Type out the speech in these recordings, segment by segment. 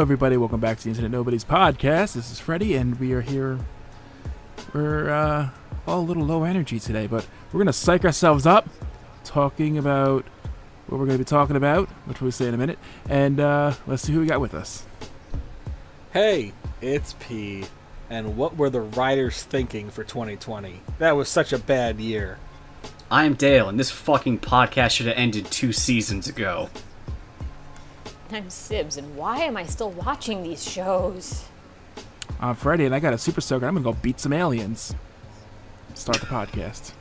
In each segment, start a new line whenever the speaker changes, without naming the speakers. everybody. Welcome back to the Internet Nobody's podcast. This is Freddie, and we are here. We're uh, all a little low energy today, but we're going to psych ourselves up talking about what we're going to be talking about, which we'll say in a minute. And uh, let's see who we got with us.
Hey, it's P. And what were the writers thinking for 2020? That was such a bad year.
I'm Dale, and this fucking podcast should have ended two seasons ago.
I'm Sibs, and why am I still watching these shows?
I'm Freddie, and I got a super soaker. I'm going to go beat some aliens. Start the podcast.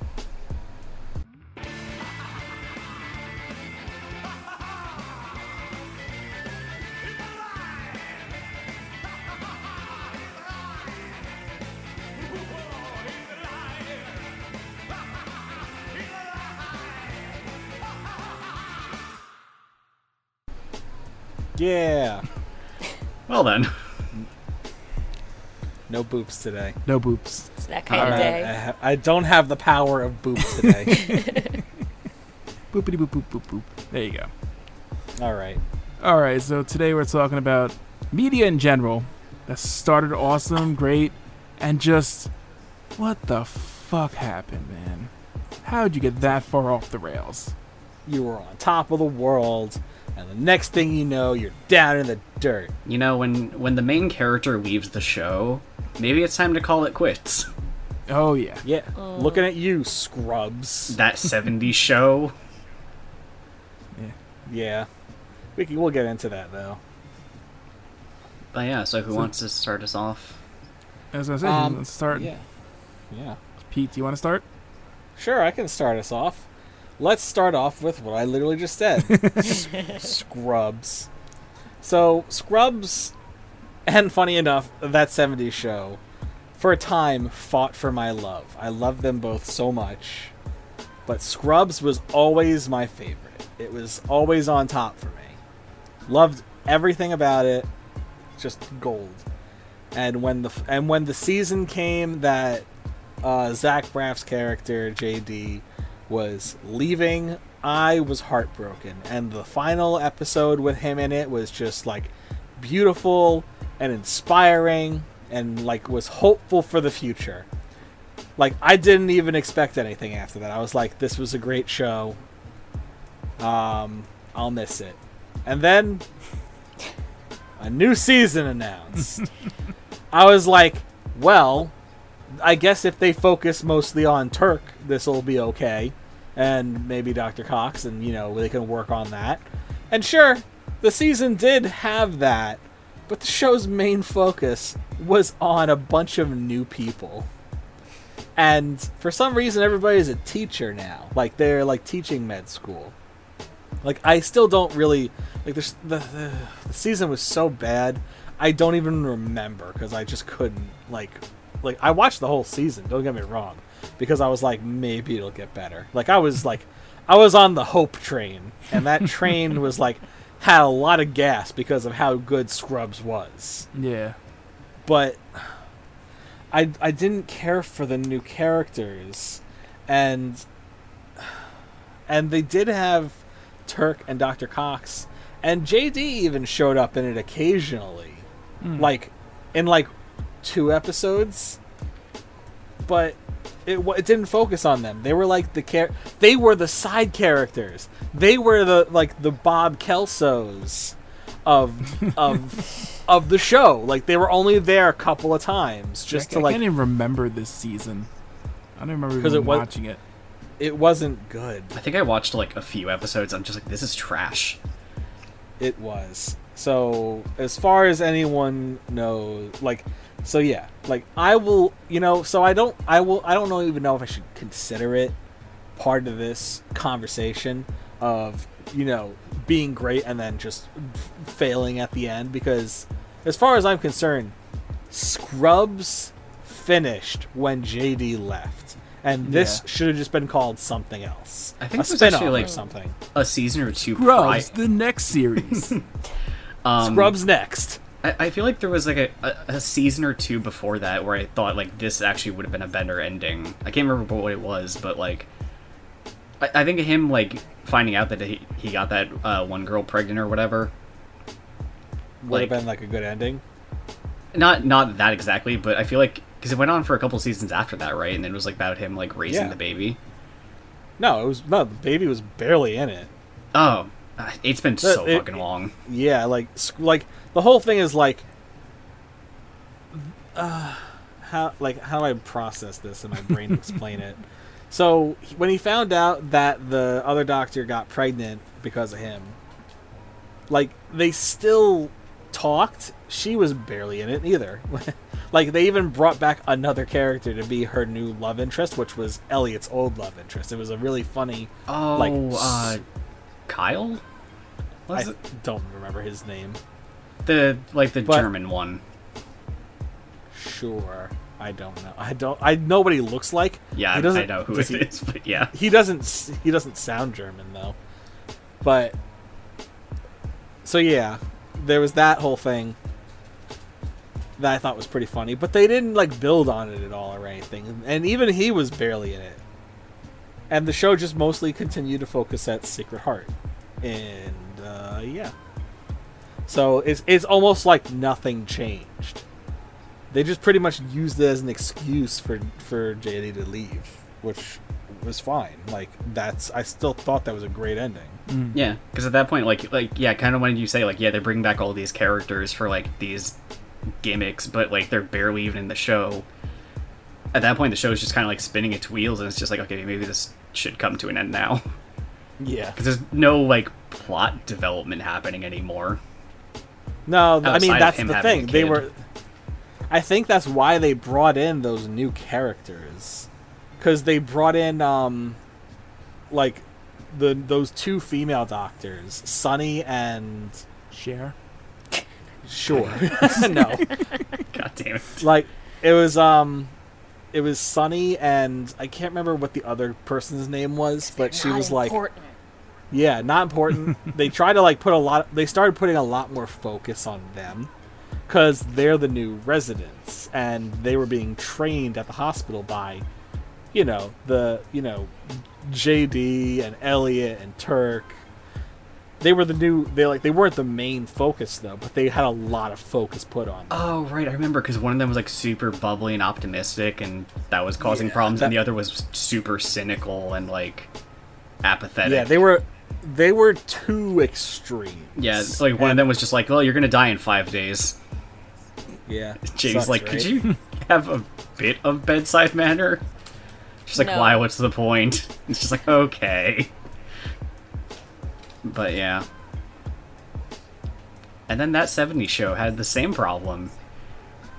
Yeah.
Well then,
No boops today.
No boops.
It's that kind of
I,
day.
ha- I don't have the power of boop today.
Boopity boop boop boop boop. There you go.
All right.
All right, so today we're talking about media in general that started awesome, great, and just what the fuck happened, man? How'd you get that far off the rails?
You were on top of the world, and the next thing you know, you're down in the dirt.
you know when when the main character leaves the show, maybe it's time to call it quits.
Oh yeah,
Yeah. Looking at you, scrubs.
That '70s show.
Yeah. We can, we'll get into that, though.
But yeah, so who wants to start us off?
as I said, let's start.
Um, Yeah. Yeah.
Pete, do you want to start?
Sure, I can start us off. Let's start off with what I literally just said S- Scrubs. So, Scrubs, and funny enough, that 70s show, for a time, fought for my love. I love them both so much. But Scrubs was always my favorite, it was always on top for me. Loved everything about it, just gold. And when the f- and when the season came that uh, Zach Braff's character JD was leaving, I was heartbroken, and the final episode with him in it was just like beautiful and inspiring, and like was hopeful for the future. Like I didn't even expect anything after that. I was like, this was a great show. Um, I'll miss it. And then a new season announced. I was like, well, I guess if they focus mostly on Turk, this will be okay, and maybe Dr. Cox, and you know they can work on that. And sure, the season did have that, but the show's main focus was on a bunch of new people. And for some reason, everybody's a teacher now. Like they're like teaching med school. Like I still don't really like. There's the the, the season was so bad. I don't even remember because I just couldn't like like I watched the whole season. Don't get me wrong, because I was like maybe it'll get better. Like I was like I was on the hope train, and that train was like had a lot of gas because of how good Scrubs was
Yeah,
but I I didn't care for the new characters, and and they did have Turk and Doctor Cox, and JD even showed up in it occasionally,
Hmm.
like in like two episodes, but. It, wa- it didn't focus on them. They were like the char- They were the side characters. They were the like the Bob Kelsos of of of the show. Like they were only there a couple of times, just
I,
to
I
like
can't even remember this season. I don't remember
'Cause
even
it was-
watching it.
it wasn't good.
I think I watched like a few episodes. I'm just like, this is trash.
It was so as far as anyone knows, like so yeah, like I will you know so I don't I will I don't know even know if I should consider it part of this conversation of you know being great and then just f- failing at the end because as far as I'm concerned, Scrubs finished when JD left, and this
Yeah.
should have just been called something else.
I think
a
it was actually,
spin-off or
like,
something.
A season or two prior.
Gross. The next series.
Um,
Scrubs next.
I, I feel like there was like a, a, a season or two before that where I thought like this actually would have been a better ending. I can't remember what it was, but like I, I think him like finding out that he, he got that uh, one girl pregnant or whatever
would
Like-
have been like a good ending.
not not that exactly, but I feel like because it went on for a couple seasons after that, right? And then it was like about him like raising
Yeah.
the baby.
No, it was no. The baby was barely in it.
Oh, uh, it's been so
it-
fucking long.
Yeah, like sc- like the whole thing is like, uh, how like how do I process this in my brain to explain it? So he- when he found out that the other doctor got pregnant because of him, like they still talked. She was barely in it either. like they even brought back another character to be her new love interest, which was Elliot's old love interest. It was a really funny.
Oh,
like,
uh,
s-
Kyle. Was
I
it
don't remember his name.
the like the
but-
German one?
Sure. I don't know. I don't. I know what he looks like.
Yeah,
he
I, I
doesn't-
know who it
does
is,
he,
but yeah,
He doesn't. s- He doesn't sound German though. But so yeah, there was that whole thing that I thought was pretty funny. But they didn't like build on it at all or anything. And even he was barely in it. And the show just mostly continued to focus at Secret Heart. And uh, yeah, so it's it's almost like nothing changed they just pretty much used it as an excuse for for JD to leave, which was fine. Like that's I still thought that was a great ending.
yeah. Because at that point, like like yeah, kind of when you say like yeah, they bring back all these characters for like these gimmicks, but like they're barely even in the show. At that point, the show's just kind of like spinning its wheels, and it's just like okay, maybe this should come to an end now.
Yeah.
because there's no like plot development happening anymore.
No, th- I
Outside
mean
of
that's
him
the
having
thing.
a
They
kid.
were I think that's why they brought in those new characters cuz they brought in um like the those two female doctors, Sunny and
Share.
Sure. no.
God damn it!
like it was um it was Sunny and I can't remember what the other person's name was, but she
Not
was like
important.
yeah, not important. they try to like put a lot they started putting a lot more focus on them cuz they're the new residents and they were being trained at the hospital by you know, the you know, JD and Elliot and Turk. They were the new they like they weren't the main focus though, but they had a lot of focus put on them.
Oh right, I remember because one of them was like super bubbly and optimistic, and that was causing
Yeah,
problems, and
that-
the other was super cynical and like apathetic.
Yeah, they were they were too extreme.
Yeah, it's like one of
And-
them was just like, "Well, you're gonna die in five days."
Yeah,
James,
sucks,
like,
right?
could you have a bit of bedside manner? She's like,
No.
"Why? What's the point?" It's just like, okay. But yeah. And then that '70s show had the same problem,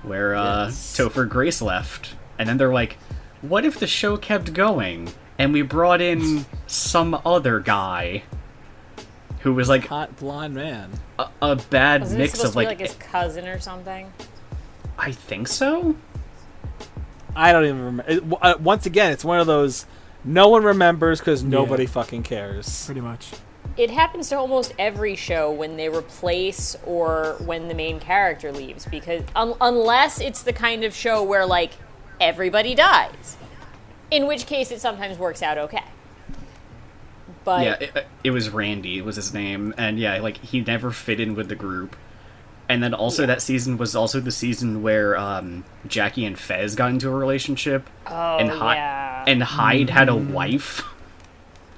where uh,
Yes.
Topher Grace left, and then they're like, "What if the show kept going and we brought in some other guy?" Who was like
hot blonde man?
a, a bad
Wasn't it
mix
supposed
of
to be
like, eh.
like his cousin or something?
I think so.
I don't even remember. It, w- uh, once again, it's one of those no one remembers because nobody fucking cares.
Pretty much.
It happens to almost every show when they replace or when the main character leaves, because un- unless it's the kind of show where like everybody dies, in which case it sometimes works out okay. But
Yeah, it, uh, it was Randy was his name, and yeah, like he never fit in with the group. And then also that season was also the season where um, Jackie and Fez got into a relationship,
oh
and Hy-
yeah,
and Hyde had
Mm.
a wife.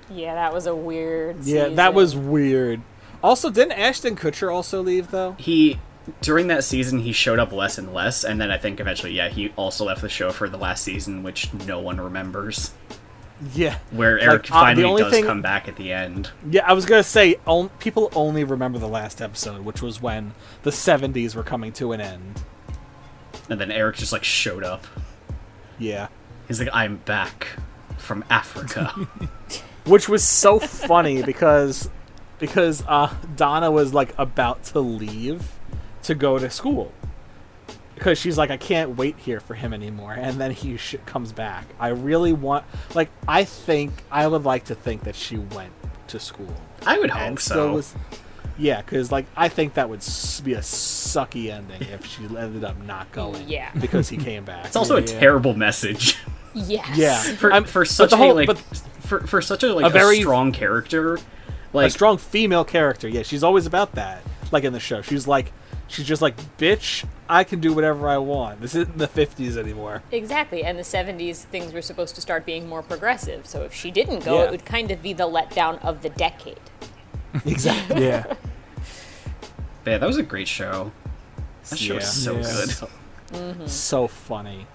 yeah, that was a weird.
Yeah, that
season.
was weird. Also, didn't Ashton Kutcher also leave though?
He during that season he showed up less and less, and then I think eventually yeah he also left the show for the last season, which no one remembers.
Yeah,
Where
Like, uh,
Eric
the
finally
only
does
thing-
come back at the end.
yeah. I was gonna say on- people only remember the last episode, which was when the '70s were coming to an end.
And then Eric just like showed up.
Yeah.
He's like, I'm back from Africa.
which was so funny because because uh, Donna was like about to leave to go to school because she's like I can't wait here for him anymore and then he sh- comes back. I really want like I think I would like to think that she went to school
I would hope so.
still was yeah because like I think that would s- be a sucky ending if she ended up not going
Yeah.
because he came back.
It's also a
Yeah.
terrible message
yes.
yeah
for,
I'm-
for
but
such
the whole-
a like
but
for, for such a like
A
a
very-
strong character. Like
a strong female character. Yeah, she's always about that. Like in the show, she's like, She's just like, bitch, I can do whatever I want. This isn't the 50s anymore.
Exactly, and the 70s things were supposed to start being more progressive. So if she didn't go,
Yeah.
it would kind of be the letdown of the decade.
Exactly.
Yeah.
But yeah, that was a great show. That show was so
Yeah.
good.
So funny.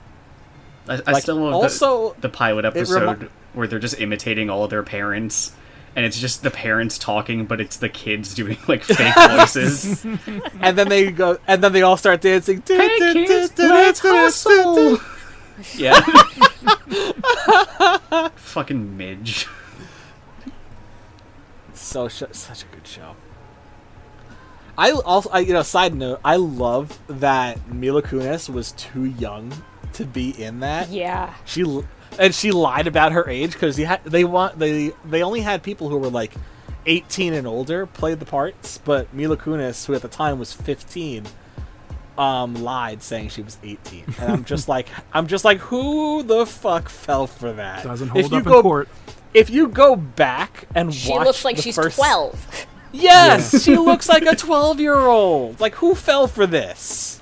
I, I
Like,
still love the-
also,
the, pilot
remi-
episode where they're just imitating all of their parents, and it's just the parents talking, but it's the kids doing like fake voices.
And then they go, and then they all start dancing.
kids, let's hustle. yeah. Fucking Midge.
So sh- such a good show. I also, I, you know, side note, I love that Mila Kunis was too young to be in that.
Yeah.
She l- and she lied about her age because had, they want they they only had people who were like 18 and older played the parts, but Mila Kunis, who at the time was 15, um, lied saying she was 18. And I'm just like I'm just like who the fuck fell for that?
Doesn't
If
hold
you
up
go-
in court.
If you go back and
She
watch
looks like
the
she's
first-
12.
Yes, she looks like a 12 year old. Like, who fell for this?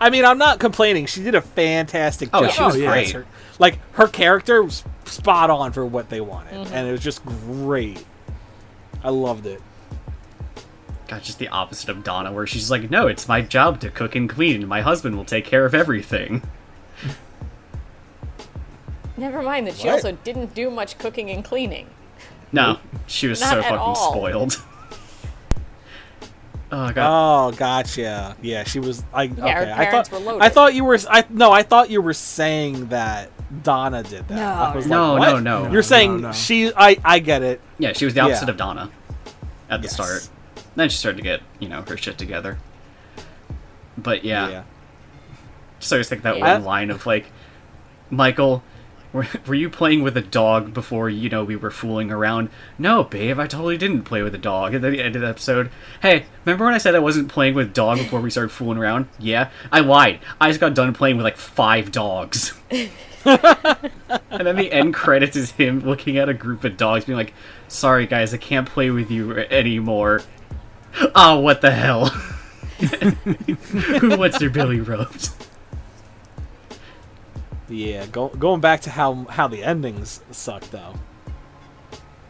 I mean, I'm not complaining. She did a fantastic
Oh,
job.
she was
as
great.
her- like, her character was spot on for what they wanted,
Mm-hmm.
and it was just great. I loved it.
God, just the opposite of Donna, where she's like, "No, it's my job to cook and clean. and My husband will take care of everything."
Never mind that she
What?
also didn't do much cooking and cleaning.
No, she was
Not
so
at
fucking
all.
spoiled. oh god,
Oh, gotcha. Yeah, she was. I, yeah, okay.
her
I
parents
thought,
were loaded.
I thought you were. I no, I thought you were saying that Donna did that. I
No.
was
No,
like,
no,
what?
no.
You're saying
no.
she. I. I get it.
yeah, she was the opposite
yeah.
of Donna at the
Yes.
start. Then she started to get you know her shit together. But yeah,
yeah.
just always think that
Yeah.
one line of like, Michael, were, were you playing with a dog before you know we were fooling around? No, babe, I totally didn't play with a dog. And then the end of the episode, hey, remember when I said I wasn't playing with dog before we started fooling around? Yeah, I lied. I just got done playing with like five dogs. and then the end credits is him looking at a group of dogs, being like, "Sorry guys, I can't play with you anymore." Oh, what the hell? Who wants their Billy rubbed?
Yeah, go, going back to how how the endings suck though.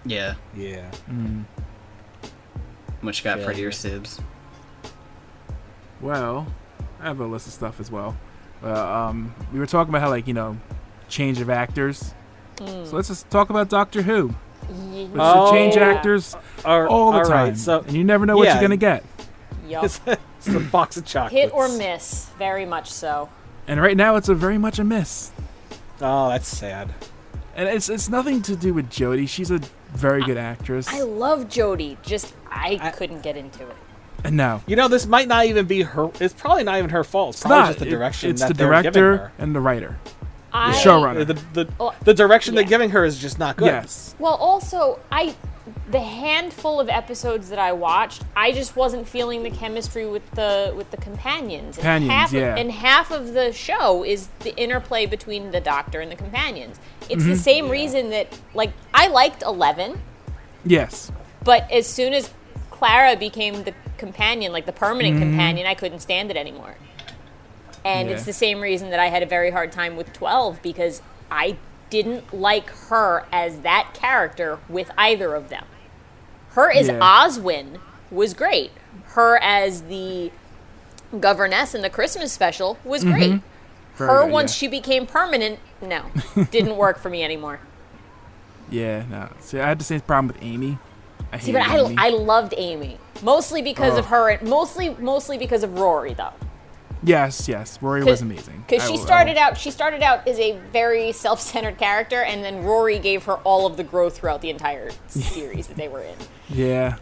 Yeah.
Yeah.
What you got,
Yeah,
Freddy
yeah.
or Sibs?
Well, I have a list of stuff as well. Uh, um, we were talking about how, like, you know, change of actors. So let's just talk about Doctor Who.
Y-
Which is
Oh,
to change
yeah.
actors all the time.
so
and you never know what
yeah.
you're going to get.
Yup.
it's, it's a box of chocolates.
Hit or miss, very much so.
And right now, it's a very much a miss.
Oh, that's sad.
And it's it's nothing to do with Jodie. She's a very good actress.
I love Jodie, just I,
I-
couldn't get into it.
And no,
You know, this might not even be her. It's probably not even her fault. It's,
it's
probably
not.
just the
It-
direction
it's
that
the
they're giving
director
her.
and the writer.
I,
showrunner.
The, the, the,
Oh,
the direction
yeah.
they're giving her is just not good.
Yes.
Well, also, I the handful of episodes that I watched, I just wasn't feeling the chemistry with the with the companions. And
Companions,
half of-
yeah.
and half of the show is the interplay between the Doctor and the companions. It's
Mm-hmm.
the same reason that like I liked Eleven,
Yes.
but as soon as Clara became the companion, like the permanent companion, I couldn't stand it anymore. And it's
Mm-hmm. Yeah.
the same reason that I had a very hard time with 12 because I didn't like her as that character with either of them. Her as
Yeah.
Oswin was great. Her as the governess in the Christmas special was great.
Mm-hmm. Very
Her
good,
once
yeah.
she became permanent, no, didn't work for me anymore.
Yeah. No. See, I had the same problem with Amy. I
See,
hate
but I,
Amy.
I loved Amy mostly because of
Oh.
her, mostly mostly because of Rory though,
yes. Yes. Rory was amazing.
because
I
she
will- I
started
will-
out she started out as a very self-centered character, and then Rory gave her all of the growth throughout the entire series that they were in.
Yeah.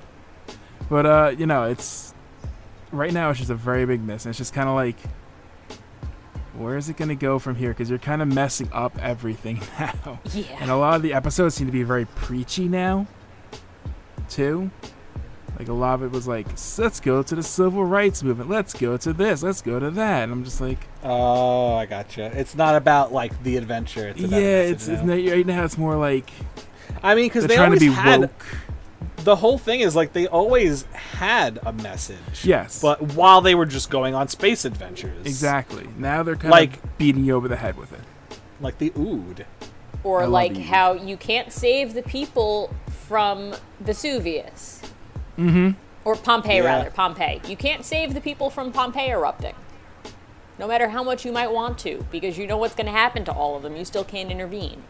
But uh, you know, it's right now it's just a very big miss. And it's just kind of like where is it going to go from here cuz you're kind of messing up everything now. And
Yeah,
a lot of the episodes seem to be very preachy now, too. Like a lot of it was like, "S- let's go to the civil rights movement, let's go to this, let's go to that, and I'm just like,
Oh, I gotcha. It's not about like the adventure. It's
yeah,
about the
it's,
message
it's
now.
not, right now it's more like
I mean, because
they're
they
trying to be
always had
woke.
the whole thing is like they always had a message.
Yes.
But while they were just going on space adventures.
Exactly. Now they're kind
Like-
of beating you over the head with it.
Like the Ood.
I
or
love
like
you.
how you can't save the people from Vesuvius. Mm-hmm. Or Pompeii,
Yeah.
rather. Pompeii. You can't save the people from Pompeii erupting. No matter how much you might want to, because you know what's going to happen to all of them, you still can't intervene.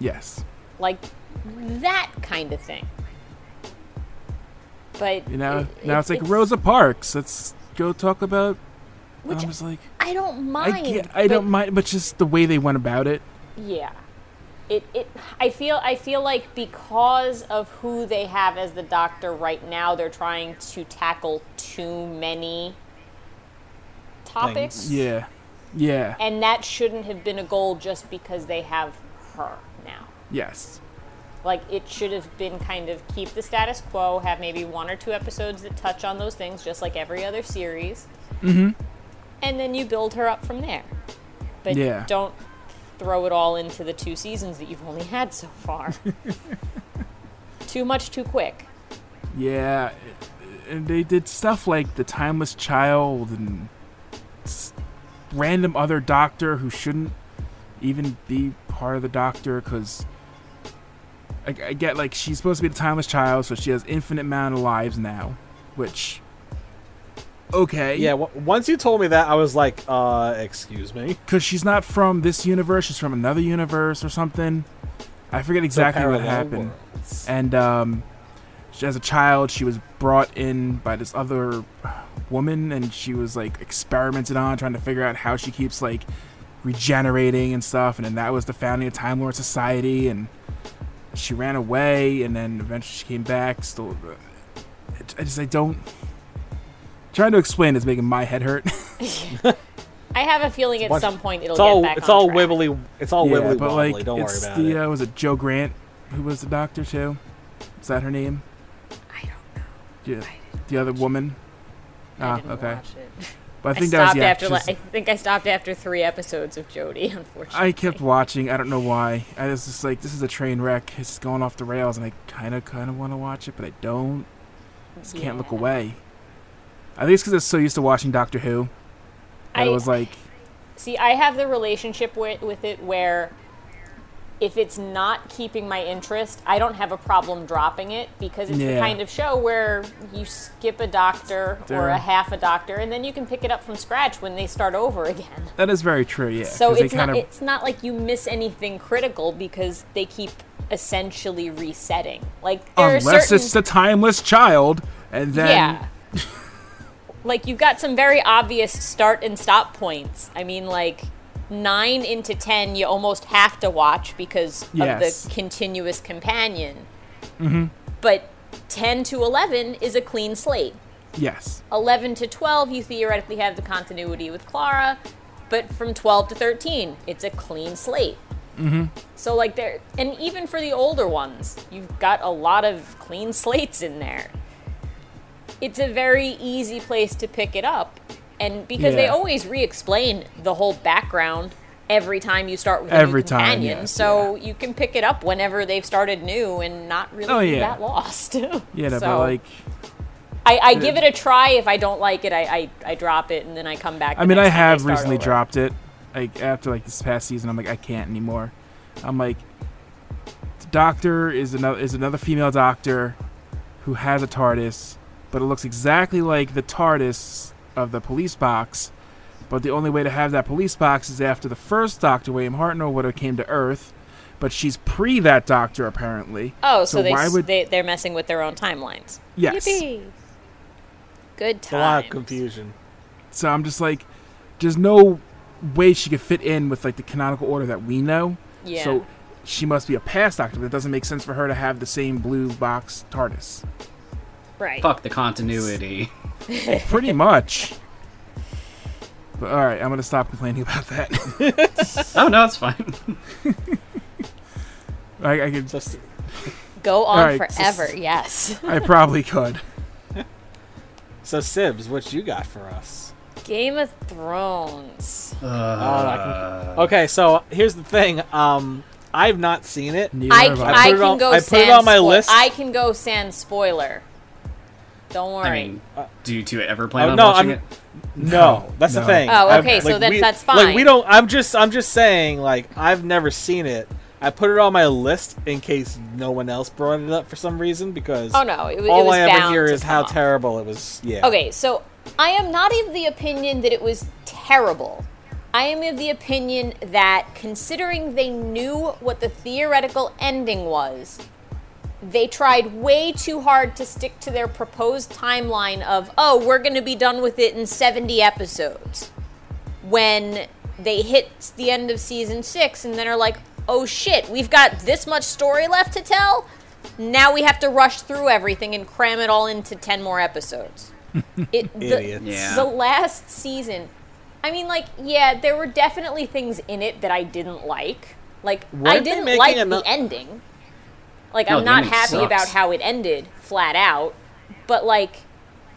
Yes.
Like that kind of thing. But
You know.
it-
now it's like Rosa Parks. Let's go talk about.
which
I was like,
I don't mind.
I, get, I
but-
don't mind, but just the way they went about it.
Yeah. It, it I feel I feel like because of who they have as the doctor right now, they're trying to tackle too many topics.
Things.
Yeah. Yeah.
And that shouldn't have been a goal just because they have her now.
yes.
Like it should have been kind of keep the status quo, have maybe one or two episodes that touch on those things just like every other series. Mm-hmm. And then you build her up from there. But
Yeah.
don't throw it all into the two seasons that you've only had so far. too much too quick.
Yeah. And they did stuff like the timeless child and s- random other doctor who shouldn't even be part of the doctor because I, I get like she's supposed to be the timeless child, so she has infinite amount of lives now, which okay,
Yeah, w- once you told me that, I was like, uh, excuse me.
because she's not from this universe, she's from another universe or something. I forget
The
exactly what
parallel
happened.
worlds.
and um, she, as a child she was brought in by this other woman and she was like experimented on trying to figure out how she keeps like regenerating and stuff and then that was the founding of time lord society and she ran away and then eventually she came back still uh, I- i just i don't trying to explain is making my head hurt
I have a feeling at
bunch-
some point it'll
It's all
get back
it's
on
all
track.
wibbly it's all
yeah
wibbly
but
wobbly.
like
Don't worry
it's
about
the
it.
uh, was it joe grant who was the doctor too is that her name
I don't know.
yeah the other woman
I
Ah,
didn't
okay.
watch it.
But I
I,
think that
stopped
was yeah.
after
just-
like, I think I stopped after three episodes of Jody, unfortunately.
I kept watching. I don't know why. I was just like, this is a train wreck. It's going off the rails, and I kind of, kind of want to watch it, but I don't. Just can't look
Yeah.
away. I think it's because I'm so used to watching Doctor Who. I
I-
was like,
See, I have the relationship with, with it where if it's not keeping my interest, I don't have a problem dropping it because it's the
Yeah.
kind of show where you skip a doctor or
There-
a half a doctor and then you can pick it up from scratch when they start over again.
that is very true. Yeah.
So
'cause they
it's not
kinda-
it's not like you miss anything critical because they keep essentially resetting. Like there are
unless
certain
it's the timeless child, and then
yeah. like you've got some very obvious start and stop points. I mean, like nine into ten, you almost have to watch because
Yes.
of the continuous companion. Mm-hmm. But ten to eleven is a clean slate.
yes,
11 to 12, you theoretically have the continuity with Clara, but from 12 to 13, it's a clean slate. Mm-hmm. So, like, there, and even for the older ones, you've got a lot of clean slates in there. It's a very easy place to pick it up. And because they
Yeah.
always re explain the whole background every time you start with a
Every
new
time,
companion,
yes,
so you can pick it up whenever they've started new and not really
Oh,
be
yeah.
that lost.
yeah, no,
So-
but like,
I, I give it a try. If I don't like it, I, I, I drop it and then I come back.
I
the
mean, I
next time
have
start
recently
over.
dropped it. Like after like this past season, I'm like, I can't anymore. I'm like, the doctor is another is another female doctor who has a TARDIS, but it looks exactly like the TARDIS of the police box. But the only way to have that police box is after the first Doctor William Hartnell would have came to Earth, but she's pre that Doctor apparently.
Oh, so, they,
why would
they they're messing with their own timelines.
yes?
Yippee! Good
It's a lot of
time.
confusion.
So I'm just like, there's no way she could fit in with like the canonical order that we know.
Yeah.
So she must be a past doctor, but it doesn't make sense for her to have the same blue box TARDIS.
right.
Fuck the continuity.
Pretty much. But all right, I'm gonna stop complaining about that.
oh no, it's fine.
I, I could,
So s-
Go on
Alright, just-
forever. yes.
I probably could.
so Sibs, what you got for us?
Game of Thrones.
Uh,
Oh.
Okay, so here's the thing. Um, I've not seen it.
Neither
I,
have
put
I
it
can
on-
go.
I put it
sans
on my list.
I can go sans spoiler. Don't worry.
I mean, do you two ever
Oh,
plan on
no,
watching
I'm-
it?
No, that's the
no.
thing.
Oh,
I've-
okay, so
like,
that-
we-
that's
Like we
fine.
don't. I'm just. I'm just saying. Like I've never seen it. I put it on my list in case no one else brought it up for some reason because
oh no, it, wa- it
all
was
I ever
bound
hear
to
is how
come up.
terrible it was. Yeah.
Okay, so I am not of the opinion that it was terrible. I am of the opinion that considering they knew what the theoretical ending was, they tried way too hard to stick to their proposed timeline of, oh, we're going to be done with it in 70 episodes. When they hit the end of season six and then are like, oh shit, we've got this much story left to tell. Now we have to rush through everything and cram it all into 10 more episodes. It, the,
Idiots.
Yeah.
the last season, I mean, like, yeah, there were definitely things in it that I didn't like. Like, I
Weren't they
didn't
making
like
ano-
the ending. Like,
No,
I'm
the
not
ending
happy
sucks.
about how it ended, flat out. But, like,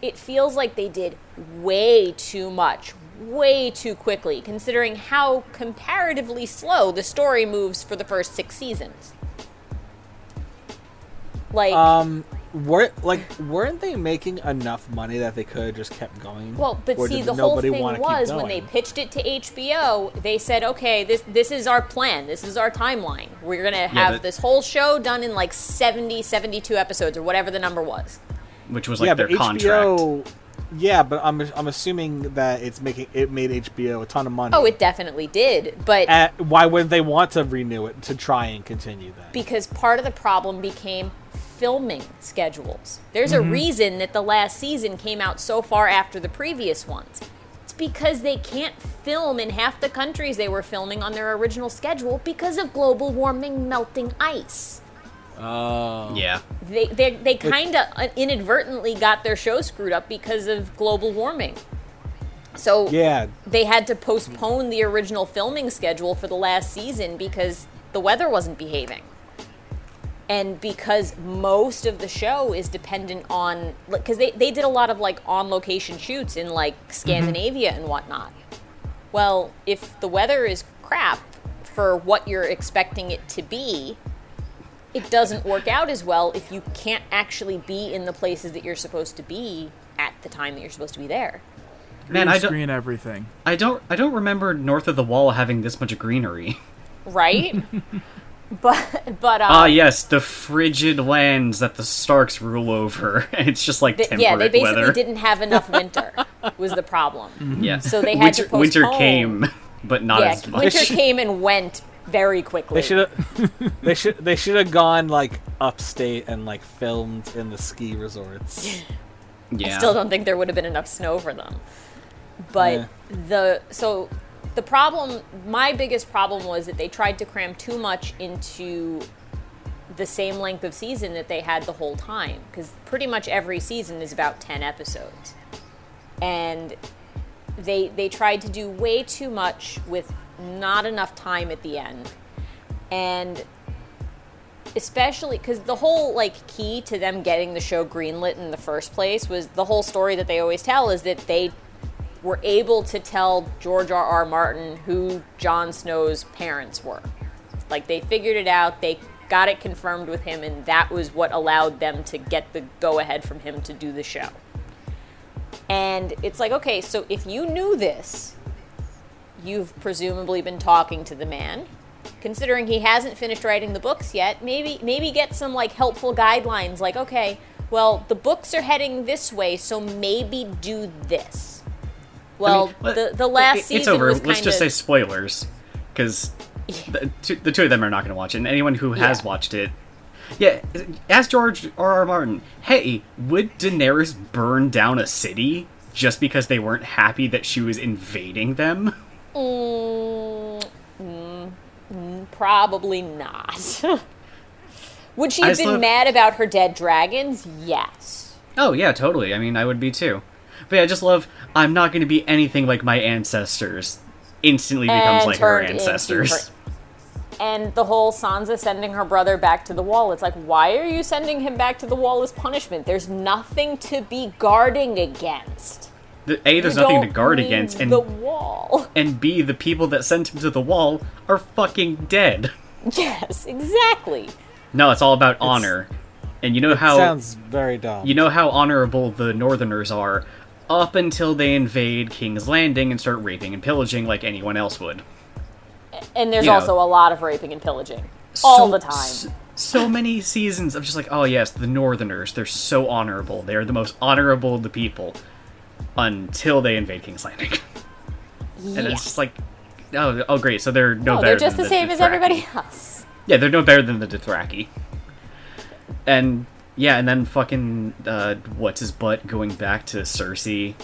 it feels like they did way too much, way too quickly, considering how comparatively slow the story moves for the first six seasons. Like,
Um. Were like weren't they making enough money that they could have just kept going?
Well, but
Or
see,
did
the whole
nobody
thing
wanna keep
was when
going?
they pitched it to HBO, they said, "Okay, this this is our plan. This is our timeline. We're going to have
but-
this whole show done in like 70, 72 episodes or whatever the number was."
Which was like
yeah,
their
but
contract.
HBO. Yeah, but I'm I'm assuming that it's making it made HBO a ton of money.
Oh, it definitely did, but
Uh, why would they want to renew it to try and continue that?
because part of the problem became filming schedules. There's a reason that the last season came out so far after the previous ones. It's because they can't film in half the countries they were filming on their original schedule because of global warming, melting ice.
Yeah.
They they, they kind of inadvertently got their show screwed up because of global warming. So
yeah,
they had to postpone the original filming schedule for the last season because the weather wasn't behaving. And because most of the show is dependent on, because they, they did a lot of like on location shoots in like Scandinavia and whatnot. Well, if the weather is crap for what you're expecting it to be, it doesn't work out as well if you can't actually be in the places that you're supposed to be at the time that you're supposed to be there.
green
Man, I don't,
screen everything.
I don't, I don't remember North of the Wall having this much greenery.
right? but but um,
Ah, yes, the frigid lands that the Starks rule over, and it's just like
th-
temperate
yeah, they basically
weather.
didn't have enough winter. was the problem?
Yeah.
So they had
winter,
to postpone.
winter came, but not
Yeah,
as much.
winter came and went very quickly.
they should have. they should. They should have gone like upstate and like filmed in the ski resorts.
yeah.
I still don't think there would have been enough snow for them. But
Yeah.
the so the problem, my biggest problem was that they tried to cram too much into the same length of season that they had the whole time because pretty much every season is about 10 episodes. And they they tried to do way too much with not enough time at the end. And especially because the whole like key to them getting the show greenlit in the first place was the whole story that they always tell is that they were able to tell George R. R. Martin who Jon Snow's parents were. Like they figured it out, they got it confirmed with him, and that was what allowed them to get the go ahead from him to do the show. And it's like, okay, so if you knew this, you've presumably been talking to the man considering he hasn't finished writing the books yet maybe maybe get some like helpful guidelines like okay well the books are heading this way so maybe do this well
let-
the, the last
it-
season
It's over.
was
Let's just say
kinda-
spoilers, because the, two- the two of them are not going to watch it, and anyone who has
Yeah.
watched it. Yeah, ask George R. R. Martin. Hey, would Daenerys burn down a city just because they weren't happy that she was invading them?
Mm, mm, mm, probably not would she
I
have
just
been
love-
mad about her dead dragons yes
Oh yeah, totally. I mean, I would be too. But yeah, I just love. I'm not going to be anything like my ancestors. Instantly becomes
And
like her
turned into
ancestors.
her- and the whole Sansa sending her brother back to the wall. It's like, why are you sending him back to the wall as punishment? There's nothing to be guarding against.
The- a, there's
You
nothing to
don't
guard
need
against, and
the wall.
and B, the people that sent him to the wall are fucking dead.
Yes, exactly.
No, it's all about honor. And you know how
Sounds very dumb.
you know how honorable the Northerners are, up until they invade King's Landing and start raping and pillaging like anyone else would.
And there's
You know.
also a lot of raping and pillaging all the time.
s- So many seasons of just like, oh yes, the Northerners, they're so honorable. They are the most honorable of the people until they invade King's Landing. And
Yeah.
it's just like, oh, oh great, so they're no,
No,
better
they're just
than
the same as
Dothraki.
everybody else.
Yeah, they're no better than the Dothraki. And yeah, and then fucking uh, what's his butt going back to Cersei.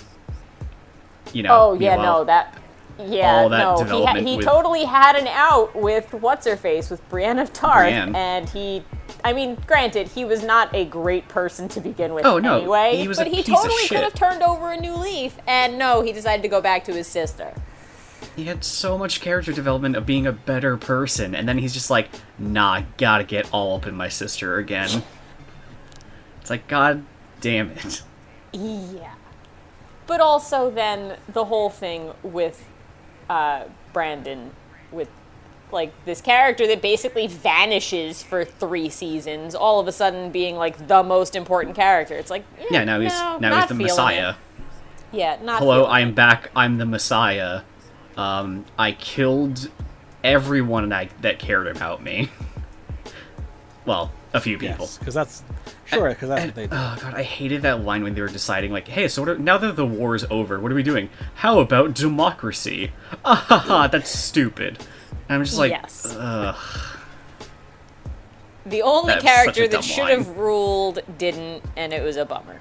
You know.
Oh yeah,
meanwhile-
no, that yeah,
all that
no, he, ha-
development
he
with-
totally had an out with what's her face with Brienne of Tarth,
Brienne.
and he, I mean, granted, he was not a great person to begin with.
Oh, no,
anyway,
he was
but
a
he
piece of
totally could
shit.
have turned over a new leaf, and no, he decided to go back to his sister.
He had so much character development of being a better person, and then he's just like, nah, gotta get all up in my sister again. it's like, god damn it.
Yeah, but also then the whole thing with uh, Brandon with. Like this character that basically vanishes for three seasons, all of a sudden being like the most important character. It's like, eh,
Yeah, now he's
no,
now
not
he's the
feeling it.
Messiah.
Yeah, not
Hello,
feeling
I am
it.
back. I'm the Messiah. Um, I killed everyone I, that cared about me. Well, a few people.
because that's sure because that's what they do.
Oh god, I hated that line when they were deciding, like, hey, so what are, now that the war's over, what are we doing? How about democracy? Ah ha ha, that's stupid. And I'm just like,
Yes.
ugh.
The only
That's such a
character
dumb
that should have ruled didn't, and it was a bummer.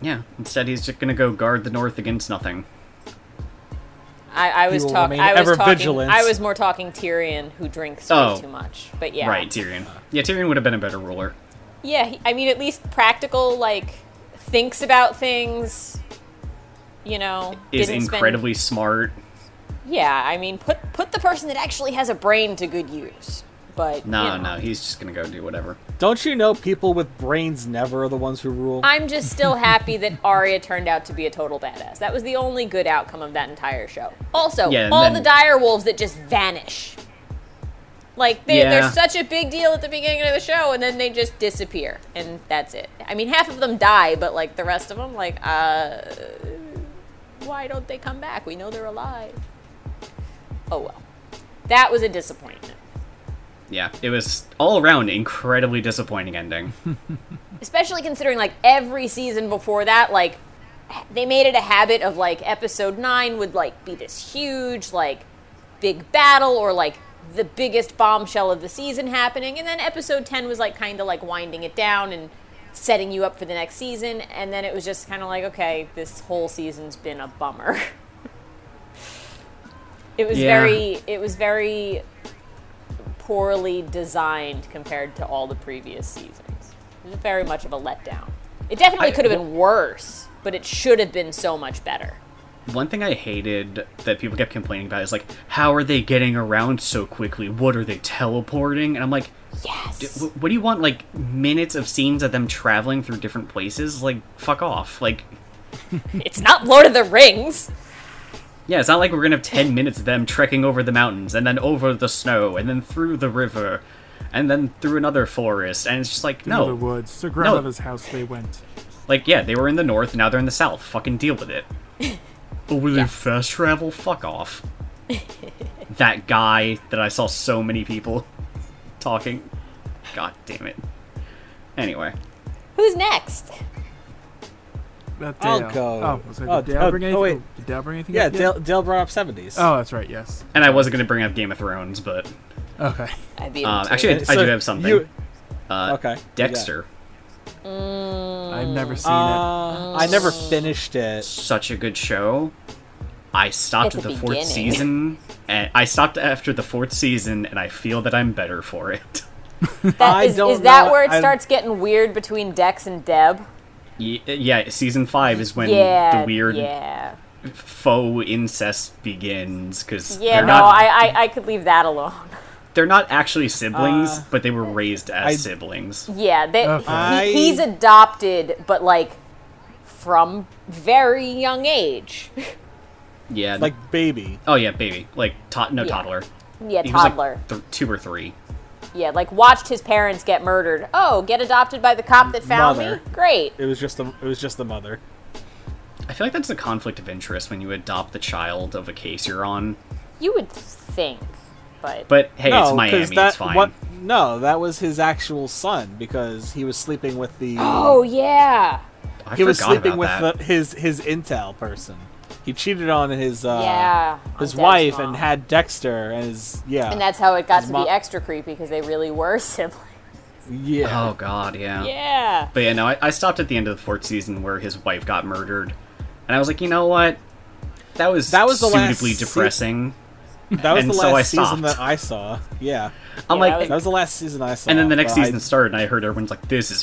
Yeah, instead he's just gonna go guard the north against nothing.
I, I was
will
talking.
remain
I
ever
was talking.
vigilant.
I was more talking Tyrion, who drinks
Oh.
way too much. But yeah,
Right, Tyrion. Yeah, Tyrion would have been a better ruler.
Yeah, he- I mean, at least practical. Like, thinks about things. You know,
Is
didn't spend-
incredibly smart.
yeah, I mean, put put the person that actually has a brain to good use. But
No,
you know.
no, he's just gonna go do whatever.
Don't you know people with brains never are the ones who rule?
I'm just still happy that Arya turned out to be a total badass. That was the only good outcome of that entire show. Also,
Yeah, and
all
then-
the dire wolves that just vanish. Like they,
Yeah.
they're such a big deal at the beginning of the show, and then they just disappear, and that's it. I mean, half of them die, but like the rest of them, like, uh, why don't they come back? We know they're alive. Oh well, that was a disappointment.
Yeah, it was all around incredibly disappointing ending.
especially considering like every season before that like they made it a habit of like episode 9 would like be this huge like big battle or like the biggest bombshell of the season happening and then episode 10 was like kind of like winding it down and setting you up for the next season and then it was just kind of like okay this whole season's been a bummer it was
Yeah.
very it was very poorly designed compared to all the previous seasons. It was very much of a letdown. It definitely
I-
could have been worse, but it should have been so much better.
One thing I hated that people kept complaining about is like, how are they getting around so quickly? What are they teleporting? And I'm like,
Yes.
"Wh- what do you want? Like minutes of scenes of them traveling through different places? Like, fuck off. Like,
It's not Lord of the Rings.
yeah, it's not like we're gonna have ten minutes of them trekking over the mountains and then over the snow and then through the river, and then through another forest. And it's just like,
Into the
no,
woods. To grandmother's house they went.
like yeah, they were in the north, now they're in the south. Fucking deal with it. oh, were they fast travel? Fuck off. that guy that I saw so many people talking. God damn it. Anyway.
Who's next?
That
I'll
Dale.
go.
Oh, was I,
Oh,
did Dale
oh,
bring
oh,
anything?
wait.
Did Dale bring anything?
yeah,
up yet?
Dale, Dale brought up seventies.
Oh, that's right. Yes.
And I wasn't gonna bring up Game of Thrones, but
Okay.
I beat him
um,
to
actually, I,
it.
I do have something. uh,
okay, what do you got?
Dexter,
I've never seen it.
Uh, I never finished it.
such a good show. I stopped
At
at
the
the, fourth
beginning.
season, and I stopped after the fourth season, and I feel that I'm better for it.
I
That is,
don't
is that
know,
where it
I-
starts getting weird between Dex and Deb?
Ye- yeah, season five is when
yeah.
the weird
Yeah.
faux incest begins because
Yeah.
they're
No,
not
I, I I could leave that alone.
they're not actually siblings,
Uh,
but they were raised as
I-
siblings.
Yeah, they,
Okay.
he-
I-
he's adopted, but like from very young age.
Yeah,
Like baby.
oh yeah, baby, like to- no
Yeah.
toddler.
yeah,
He
toddler.
was like th- two or three.
Yeah, like watched his parents get murdered. Oh, get adopted by the cop that found
Mother.
me. Great.
It was just the it was just the mother.
I feel like that's a conflict of interest when you adopt the child of a case you're on.
You would think, but,
But hey,
no,
it's Miami.
'cause that
it's fine.
what no, that was his actual son because he was sleeping with the
oh yeah,
I
he was
forgot
sleeping
about
with
that.
The, his his intel person. He cheated on his uh,
yeah. on
his
Dad's
wife
mom.
and had Dexter and his yeah
and that's how it got
his
to
mom-
be extra creepy because they really were siblings.
yeah
Oh god, yeah.
Yeah.
But yeah, no, I, I stopped at the end of the fourth season where his wife got murdered, and I was like, you know what? That was
That was the last
suitably
se-
depressing.
that was
Oh, and
the
so I
last season
stopped.
that I saw yeah
I'm
Yeah,
like,
that
that was the last season I saw
and then the next
but I-
season started, and I heard everyone's like, this is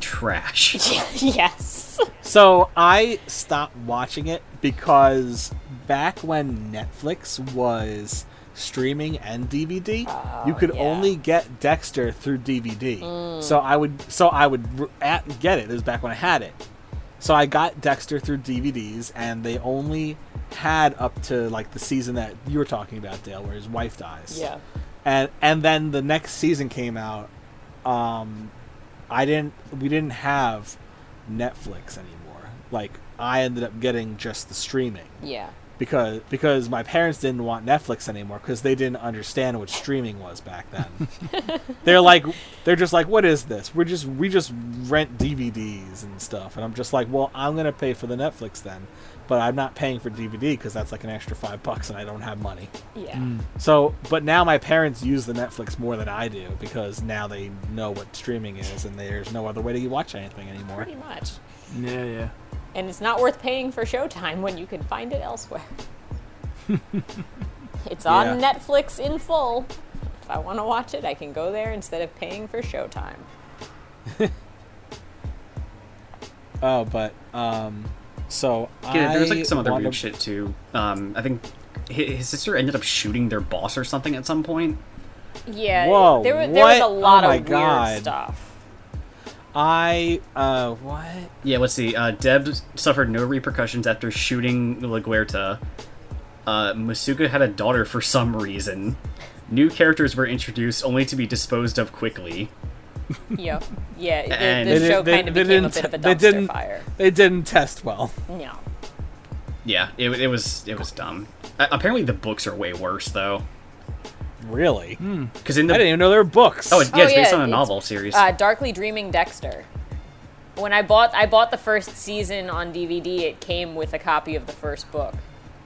trash.
yes.
so I stopped watching it because back when Netflix was streaming and DVD you could
Oh, yeah. Mm.
only get Dexter through DVD so I would so I would r- at, get it it was back when I had it So I got Dexter through DVDs, and they only had up to like the season that you were talking about, Dale, where his wife dies.
Yeah.
And and then the next season came out. Um, I didn't. We didn't have Netflix anymore. Like I ended up getting just the streaming
Yeah.
because because my parents didn't want Netflix anymore because they didn't understand what streaming was back then. they're like they're just like what is this? We're just we just rent DVDs and stuff and I'm just like, "Well, I'm going to pay for the Netflix then, but I'm not paying for DVD cuz that's like an extra 5 bucks and I don't have money."
Yeah.
Mm. So, but now my parents use the Netflix more than I do because now they know what streaming is and there's no other way to watch anything anymore.
Pretty much.
Yeah, yeah.
And it's not worth paying for Showtime when you can find it elsewhere. it's on
Yeah.
Netflix in full. If I want to watch it, I can go there instead of paying for Showtime.
Oh, but um so
Yeah, there was
I
like some other
wanna-
weird shit too. Um, I think hi- his sister ended up shooting their boss or something at some point.
Yeah.
Whoa,
there, wa- there was
what?
a
Oh
lot of
my
weird
God.
stuff.
I uh what?
Yeah, let's see. Uh, Deb suffered no repercussions after shooting LaGuerta. Uh, Masuka had a daughter for some reason. New characters were introduced only to be disposed of quickly.
Yep. Yeah.
And-
The, the
They
show
did- they-
kind of
they
became a
didn't-
bit of a
they
dumpster
didn't-
fire.
They didn't test well.
No.
Yeah, it, it was it was dumb. Uh, apparently, the books are way worse though.
Really?
Because in
I
the
didn't even know there were books.
Hmm. oh, it- yeah,
Oh,
it's based
yeah,
on a
it's-
novel series.
Uh, Darkly Dreaming Dexter. When I bought I bought the first season on DVD, it came with a copy of the first book.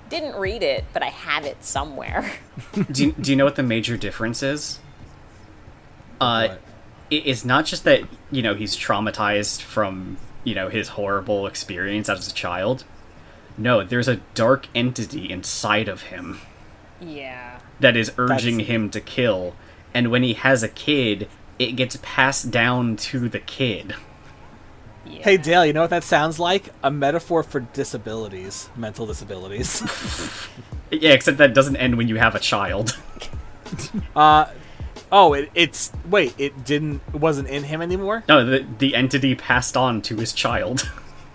Didn't read it, but I have it somewhere.
do, you, do you know what the major difference is? Uh,
What?
it, it's not just that you know he's traumatized from you know his horrible experience as a child. No, there's a dark entity inside of him
yeah.
that is urging
That's-
him to kill, and when he has a kid, it gets passed down to the kid.
Yeah.
hey, Dale, you know what that sounds like? A metaphor for disabilities, mental disabilities.
Yeah, except that doesn't end when you have a child.
oh, it, it's wait, it didn't, it wasn't in him anymore.
No, the, the entity passed on to his child.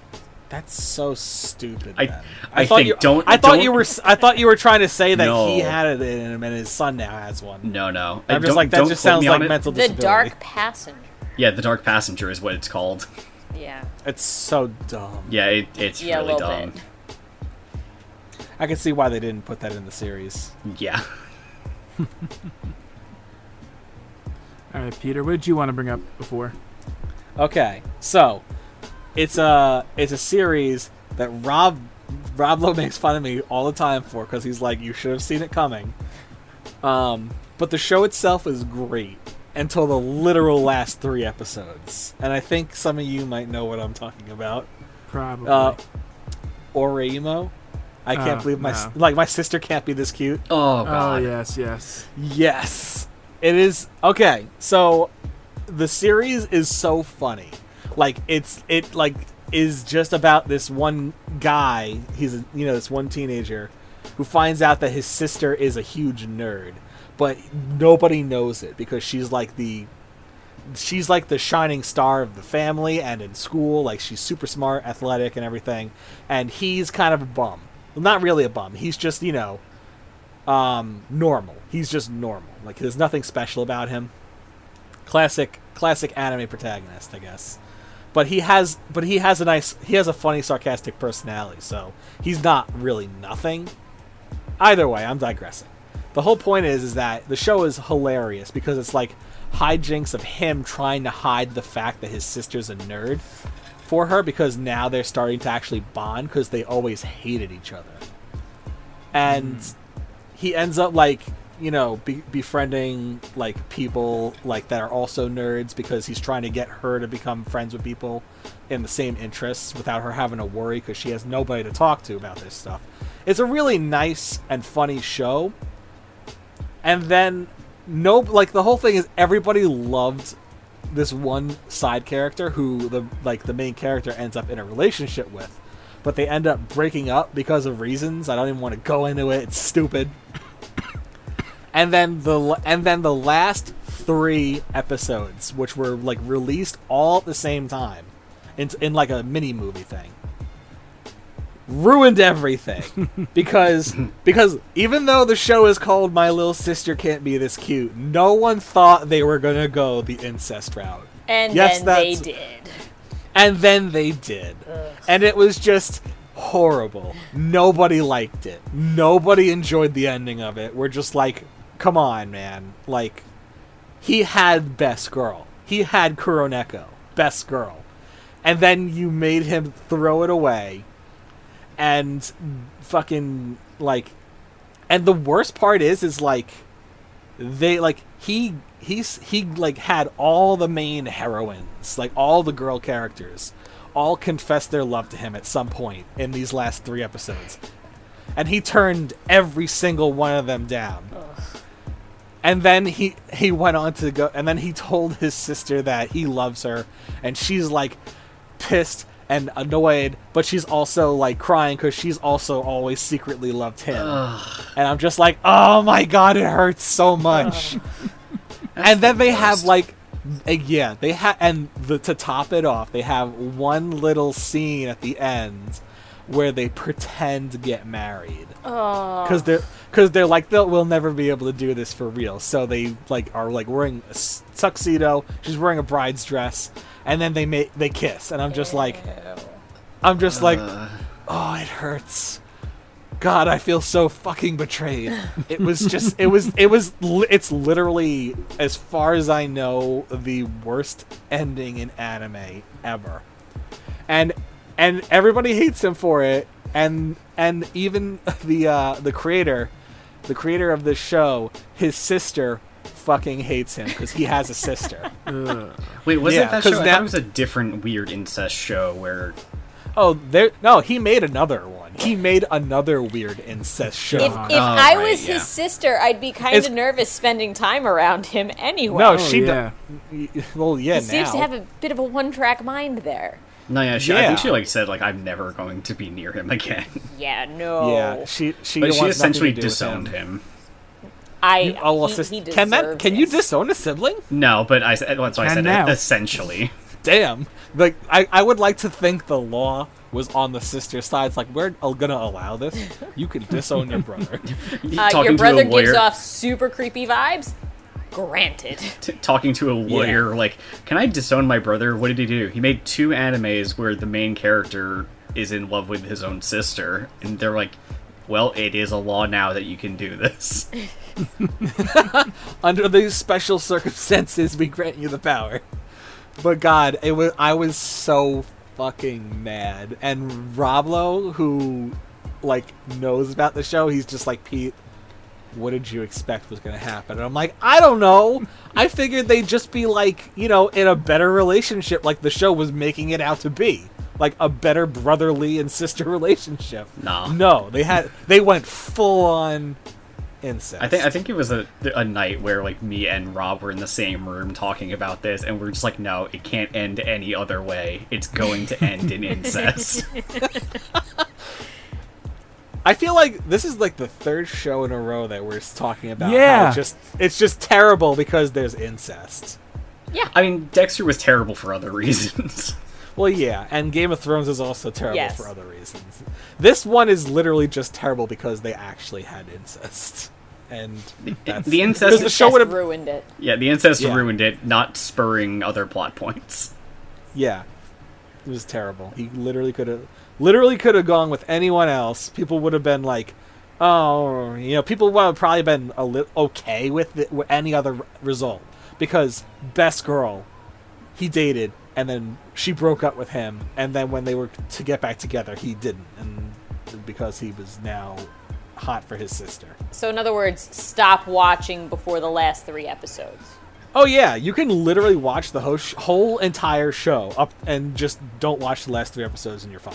That's so stupid.
I-
then.
I
thought
think
you,
don't-
I thought
don't-
you were. s- I thought you were trying to say that
No.
he had it in him, and his son now has one.
No, no.
I'm
Uh,
just
don't-
like that.
don't
Just
quote
sounds
me on
like
it.
mental
the
disability.
Dark Passenger.
Yeah, the Dark Passenger is what it's called.
Yeah.
It's so dumb.
Yeah, it, it's
Yeah, a
really
little
dumb.
bit.
I can see why they didn't put that in the series.
Yeah.
All right, Peter, what did you want to bring up before?
Okay, so it's a it's a series that Rob Rob Lowe makes fun of me all the time for because he's like, you should have seen it coming. Um, but the show itself is great until the literal last three episodes, and I think some of you might know what I'm talking about.
Probably.
Uh, Oreimo. I can't
Oh,
believe my s
no.
like my sister can't be this cute.
Oh
oh
god.
yes, yes.
Yes. It is okay. So the series is so funny. Like it's it like is just about this one guy, he's a, you know this one teenager who finds out that his sister is a huge nerd, but nobody knows it because she's like the she's like the shining star of the family and in school like she's super smart athletic and everything and he's kind of a bum well, not really a bum he's just you know um normal he's just normal like there's nothing special about him classic classic anime protagonist, I guess. But he has but he has a nice he has a funny sarcastic personality, so he's not really nothing. Either way, I'm digressing. The whole point is is that the show is hilarious because it's like hijinks of him trying to hide the fact that his sister's a nerd for her because now they're starting to actually bond because they always hated each other. And he ends up like you know be- befriending like people like that are also nerds because he's trying to get her to become friends with people in the same interests without her having to worry because she has nobody to talk to about this stuff it's a really nice and funny show and then no like the whole thing is everybody loved this one side character who the like the main character ends up in a relationship with but they end up breaking up because of reasons i don't even want to go into it it's stupid and then the l- and then the last three episodes which were like released all at the same time in, in like a mini movie thing ruined everything because because even though the show is called my little sister can't be this cute no one thought they were gonna go the incest route
And
Yes,
then they
that's-
did.
and then they did. And it was just horrible. Nobody liked it. Nobody enjoyed the ending of it. We're just like, come on, man. Like, he had best girl. He had Kuroneko, best girl. And then you made him throw it away and fucking, like, and the worst part is, is like, they like he he's he like had all the main heroines like all the girl characters all confessed their love to him at some point in these last three episodes and he turned every single one of them down and then he he went on to go and then he told his sister that he loves her and she's like pissed and annoyed but she's also like crying because she's also always secretly loved him and i'm just like oh my god it hurts so much and then they have like uh, yeah they have and the, to top it off they have one little scene at the end where they pretend to get married because they're because they're like they'll, we'll never be able to do this for real so they like are like wearing a s- tuxedo she's wearing a bride's dress and then they make they kiss and i'm just like i'm just like oh it hurts god i feel so fucking betrayed it was just it was it was li- it's literally as far as i know the worst ending in anime ever and and everybody hates him for it and and even the uh the creator the creator of the show his sister fucking hates him because he has a sister
Ugh.
Wait, was
Yeah,
it that
'cause
show? I
that-
thought it was a different weird incest show where
oh there no he made another one he made another weird incest show
If, if
God.
I
Oh, right,
was his
yeah.
sister, I'd be kind
It's-
of nervous spending time around him anyway.
no
Oh,
she do-
yeah.
well yeah
he
now
seems to have a bit of a one-track mind there.
no, yeah, she, I
Yeah.
think she like said like I'm never going to be near him again.
Yeah, no.
yeah she she,
But
wants
she
nothing
essentially
to do with
disowned
him,
him.
I.
You- oh well,
he,
sis-
he
can that
deserved
can you
this.
disown a sibling
No, but I said that's why I
Can
said
now.
it, essentially.
damn like I, I would like to think the law was on the sister side it's like we're gonna allow this you can disown your brother
Uh,
talking
your brother
to a lawyer,
gives off super creepy vibes. Granted.
t- talking to a lawyer, like, can I disown my brother? What did he do? He made two animes where the main character is in love with his own sister, and they're like, well, it is a law now that you can do this.
under these special circumstances we grant you the power but god it was i was so fucking mad and roblo who like knows about the show he's just like pete what did you expect was going to happen and i'm like i don't know i figured they'd just be like you know in a better relationship like the show was making it out to be like a better brotherly and sister relationship
Nah.
no they had they went full on incest
I think I think it was a, a night where like me and Rob were in the same room talking about this, and we're just like, no, it can't end any other way. It's going to end in incest.
I feel like this is like the third show in a row that we're talking about. how
Yeah.
it's just it's just terrible because there's incest.
Yeah.
I mean, Dexter was terrible for other reasons.
Well, yeah, and Game of Thrones is also terrible
Yes.
for other reasons. This one is literally just terrible because they actually had incest and that's,
the incest
Does the show would
Just
have
ruined it.
Yeah, the incest
Yeah.
ruined it, not spurring other plot points.
yeah, it was terrible. He literally could have literally could have gone with anyone else. People would have been like, oh, you know, people would have probably been a li- okay with, the, with any other r- result because best girl, he dated and then she broke up with him, and then when they were to get back together, he didn't, and because he was now hot for his sister.
So, in other words, stop watching before the last three episodes.
Oh yeah, you can literally watch the whole, sh- whole entire show up and just don't watch the last three episodes and you're fine.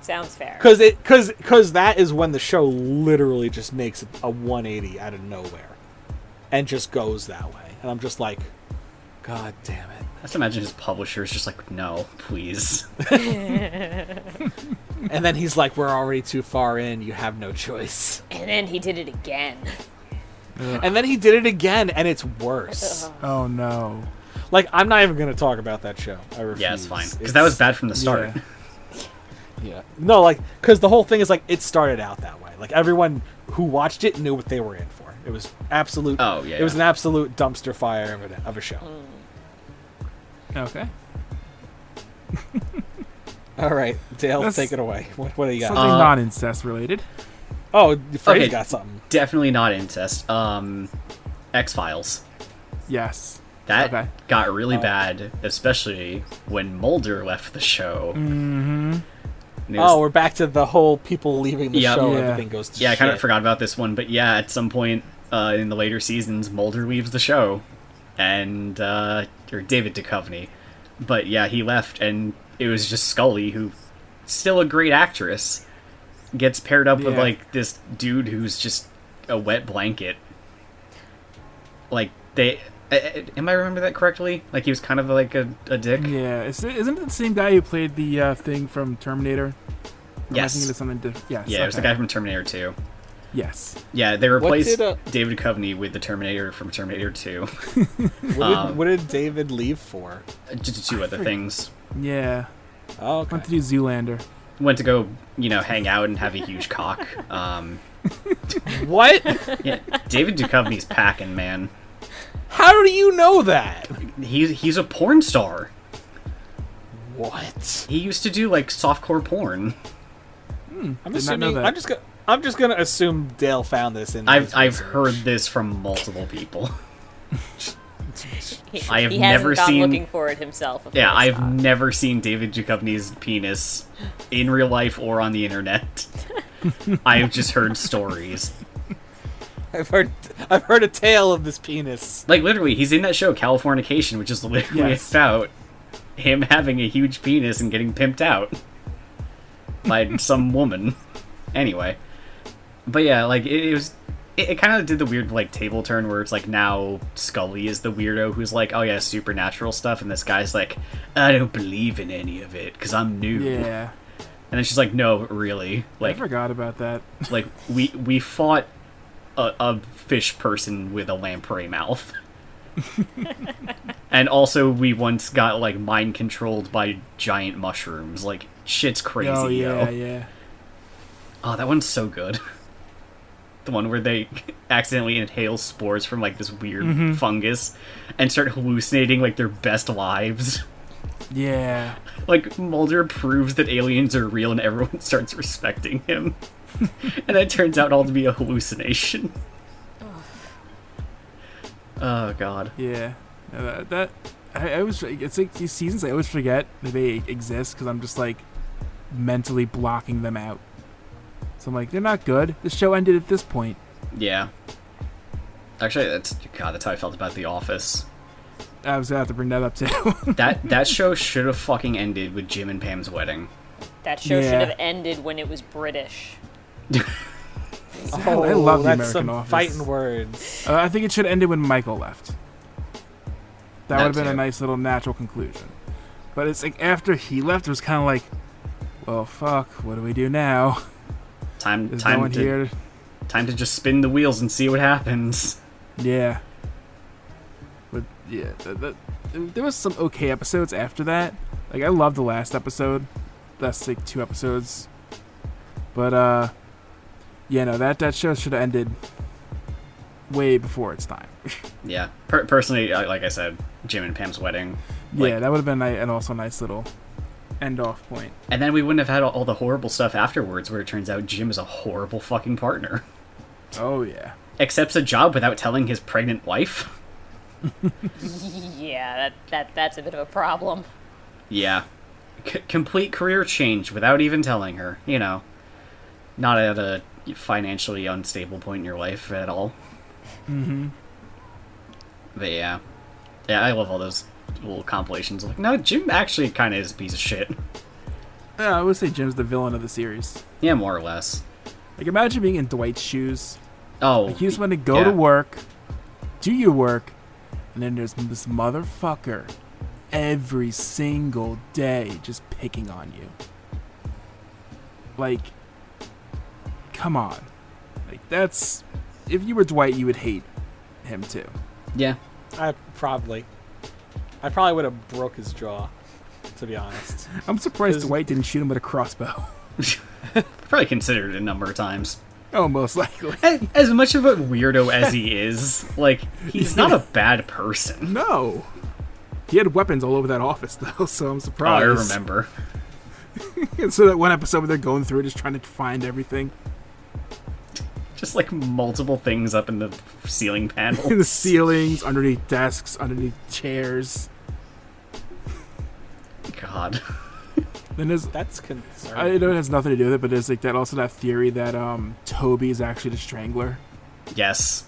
Sounds fair.
Cuz it cuz cuz that is when the show literally just makes a 180 out of nowhere and just goes that way. And I'm just like god damn it.
I just imagine his publisher is just like, no, please.
And then he's like we're already too far in, you have no choice.
And then he did it again.
And then he did it again and it's worse.
Ugh.
Oh no.
Like I'm not even going to talk about that show. I refuse.
Yeah, it's fine because that was
It's-
bad from the start.
Yeah.
Yeah. No, like, because the whole thing is like it started out that way. Like everyone who watched it knew what they were in for. It was absolute.
Oh, yeah,
It was
yeah.
an absolute dumpster fire of a, of a show.
Okay.
All right, Dale,
That's-
take it away. What, what do you got?
Something
Uh,
not incest related.
oh, Freddy's
okay.
got something.
Definitely not incest. Um, X Files.
Yes.
That
Okay.
got really bad, especially when Mulder left the show. Mm-hmm.
Oh, we're back to the whole people leaving the
Yep.
show.
Yeah.
Everything goes to
yeah, I kind of
shit.
forgot about this one, but yeah, at some point uh, in the later seasons, Mulder leaves the show, and uh, or David Duchovny, but yeah, he left, and it was just Scully, who still a great actress, gets paired up with
Yeah.
like this dude who's just a wet blanket. Like they, I- I- am I remember that correctly? Like he was kind of like a, a dick.
Yeah. It's, isn't it the same guy who played the uh, thing from Terminator? Or am I
Yes.
thinking of something different. Yes.
Yeah, it was the
okay.
guy from Terminator Two.
Yes.
Yeah, they replaced
did, uh,
David Duchovny with the Terminator from Terminator Two.
What did,
um,
what did David leave for?
just two other things.
Yeah.
Oh, okay.
Went to do Zoolander.
Went to go, you know, hang out and have a huge cock. Um,
what?
yeah, David Duchovny's packing, man.
How do you know that?
He's he's a porn star.
What?
He used to do like softcore porn.
I'm
Did not know
assuming.
that.
I'm just gonna. I'm just gonna assume Dale found this in.
I've
his
I've
research.
heard this from multiple people.
He,
I have
he hasn't
never
gone
seen-
looking for it himself. of
Yeah,
course
I've
not.
never seen David Duchovny's penis in real life or on the internet. I've just heard stories.
I've heard I've heard a tale of this penis.
Like literally, he's in that show Californication, which is literally
Yes.
about him having a huge penis and getting pimped out by some woman. Anyway, but yeah, like it, it was. It, it kind of did the weird like table turn where it's like now Scully is the weirdo who's like, oh yeah, supernatural stuff, and this guy's like, I don't believe in any of it because I'm new.
Yeah.
And then she's like, no, really,
I
like
forgot about that.
like we we fought a, a fish person with a lamprey mouth and also we once got like mind controlled by giant mushrooms like shit's crazy
oh yeah,
yo.
yeah.
oh that one's so good the one where they accidentally inhale spores from like this weird
Mm-hmm.
fungus and start hallucinating like their best lives
Yeah.
like Mulder proves that aliens are real and everyone starts respecting him. and that turns out all to be a hallucination. Oh god.
Yeah, No, that, that I, I always it's like these seasons I always forget that they exist because I'm just like mentally blocking them out. So I'm like, they're not good. The show ended at this point.
Yeah. Actually, that's god, that's how I felt about The Office.
I was gonna have to bring that up too.
That that show should have fucking ended with Jim and Pam's wedding.
That show
Yeah.
should have ended when it was British.
Oh, I love the
that's
American
some
Office.
fighting words.
uh, I think it should have ended when Michael left. That
That
would have been a
too.
nice little natural conclusion. But it's like after he left, it was kind of like, well, fuck. What do we do now?
Time
There's
time
no one
to
here.
time to just spin the wheels and see what happens.
Yeah. But yeah, that, that, there was some okay episodes after that. Like I loved the last episode. That's like two episodes. But uh yeah, no, that that show should have ended way before its time.
Yeah. Per- personally, I- like I said, Jim and Pam's wedding. Like,
yeah, that would have been ni- and also a nice little end off point.
And then we wouldn't have had all, all the horrible stuff afterwards where it turns out Jim is a horrible fucking partner.
Oh yeah,
Accepts a job without telling his pregnant wife.
Yeah, that, that that's a bit of a problem.
Yeah. C- complete career change without even telling her, you know. Not at a financially unstable point in your life at all. Mm-hmm. But yeah. Yeah, I love all those little compilations. Like, no, Jim actually kind of is a piece of shit.
yeah. I would say Jim's the villain of the series.
Yeah, more or less.
Like imagine being in Dwight's shoes.
Oh.
Like you just want to go
yeah.
to work, do your work, and then there's this motherfucker every single day just picking on you. Like, come on. Like, that's. If you were Dwight, you would hate him too.
Yeah.
I probably, I probably would have broke his jaw, to be honest.
I'm surprised
'Cause-
Dwight didn't shoot him with a crossbow.
Probably considered it a number of times.
oh, most likely.
As, as much of a weirdo as he is, like, he's not a bad person.
No. He had weapons all over that office, though, so I'm
Oh, I
surprised.
remember.
so that one episode where they're going through just trying to find everything.
Just like multiple things up in the ceiling panel.
in the ceilings, underneath desks, underneath chairs.
God.
Then there's
That's concerning.
I know it has nothing to do with it, but there's like that also that theory that um Toby is actually the strangler.
Yes.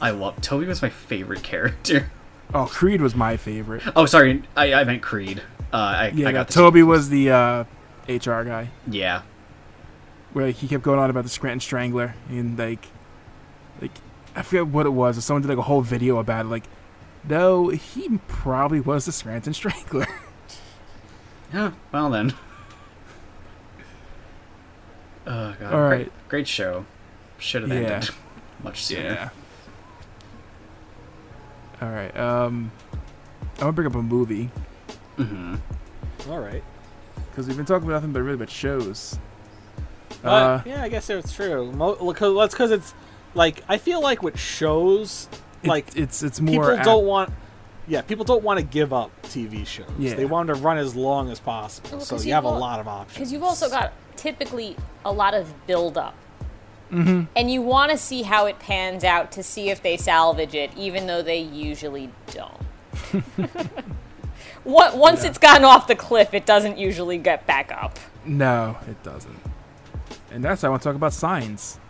I love Toby was my favorite character.
Oh, Creed was my favorite.
Oh, sorry, I, I meant Creed. Uh, I,
Yeah,
I got the
Toby was the uh, HR guy.
Yeah,
Where like, he kept going on about the Scranton Strangler and like like I forget what it was, but someone did like a whole video about it, like no, he probably was the Scranton Strangler.
Huh, well then. Oh god.
All
great-
right.
Great, show. Should have
Yeah.
ended much sooner.
All right. Um, I'm gonna bring up a movie.
hmm
All right.
because we've been talking about nothing but really but shows.
But,
Uh,
yeah, I guess it's true. Mo- well, 'cause- well, that's because it's like I feel like with shows,
it-
like
it's it's more
people
ap-
don't want. Yeah, people don't want to give up TV shows.
Yeah.
They want 'em to run as long as possible,
Well,
so
'cause
you
you've
have a
al-
lot of options.
Because you've also got typically a lot of build up.
Mm-hmm.
And you want to see how it pans out to see if they salvage it, even though they usually don't. what, once it's gotten off the cliff, it doesn't usually get back up.
No, it doesn't. And that's why I want to talk about signs.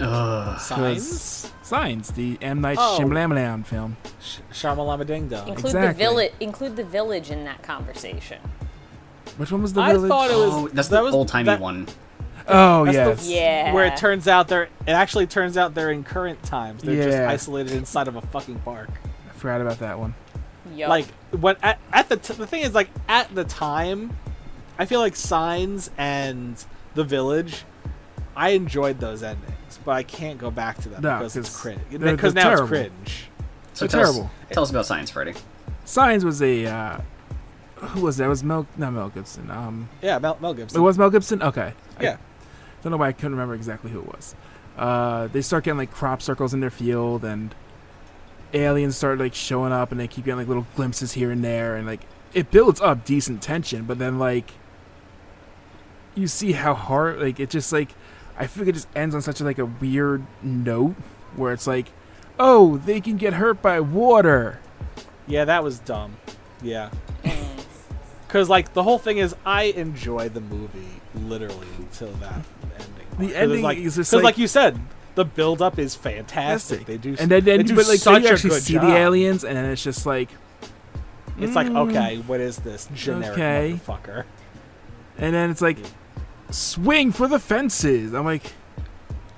Ugh.
signs.
Signs, the M Night
Oh.
Shyamalan film.
Sh- Shyamalama Ding Dong.
Include the
Exactly.
village. Include the village in that conversation.
Which one was the
I
village?
thought it was-
Oh, that's
that
the
was-
old timey
that-
one.
Oh
That's
yes.
the-
Yeah.
Where it turns out they're it actually turns out they're in current times. They're just
Yeah.
isolated inside of a fucking park.
I forgot about that one.
Yup.
Like when at, at the t- the thing is like at the time, I feel like Signs and The Village. I enjoyed those endings, but I can't go back to them
No,
because it's
'cause
cringe.
they're-
Because
they're
now
terrible.
it's cringe.
So
They're
tell
terrible.
Us, tell us about science, Freddy.
Signs was a uh, who was that? It was Mel? Not Mel Gibson. Um,
Yeah, Mel, Mel
it
Gibson.
was Mel Gibson. Okay.
yeah,
I don't know why I couldn't remember exactly who it was. Uh, they start getting like crop circles in their field, and aliens start like showing up, and they keep getting like little glimpses here and there, and like it builds up decent tension, but then like you see how hard like it just like I feel like it just ends on such a, like a weird note where it's like, oh, they can get hurt by water.
yeah, that was dumb. Yeah,
Mm.
because like the whole thing is, I enjoy the movie literally until that ending.
The
'Cause it's
ending
like,
is just
'cause
like-
like you said, the build up is fantastic. They do,
and then, then
they do
but like then
such
you
a
actually
good
see
job.
the aliens, and then it's just like,
It's like, okay, what is this generic
Mm. Okay. Uh,
motherfucker?
And then it's like, swing for the fences. I'm like,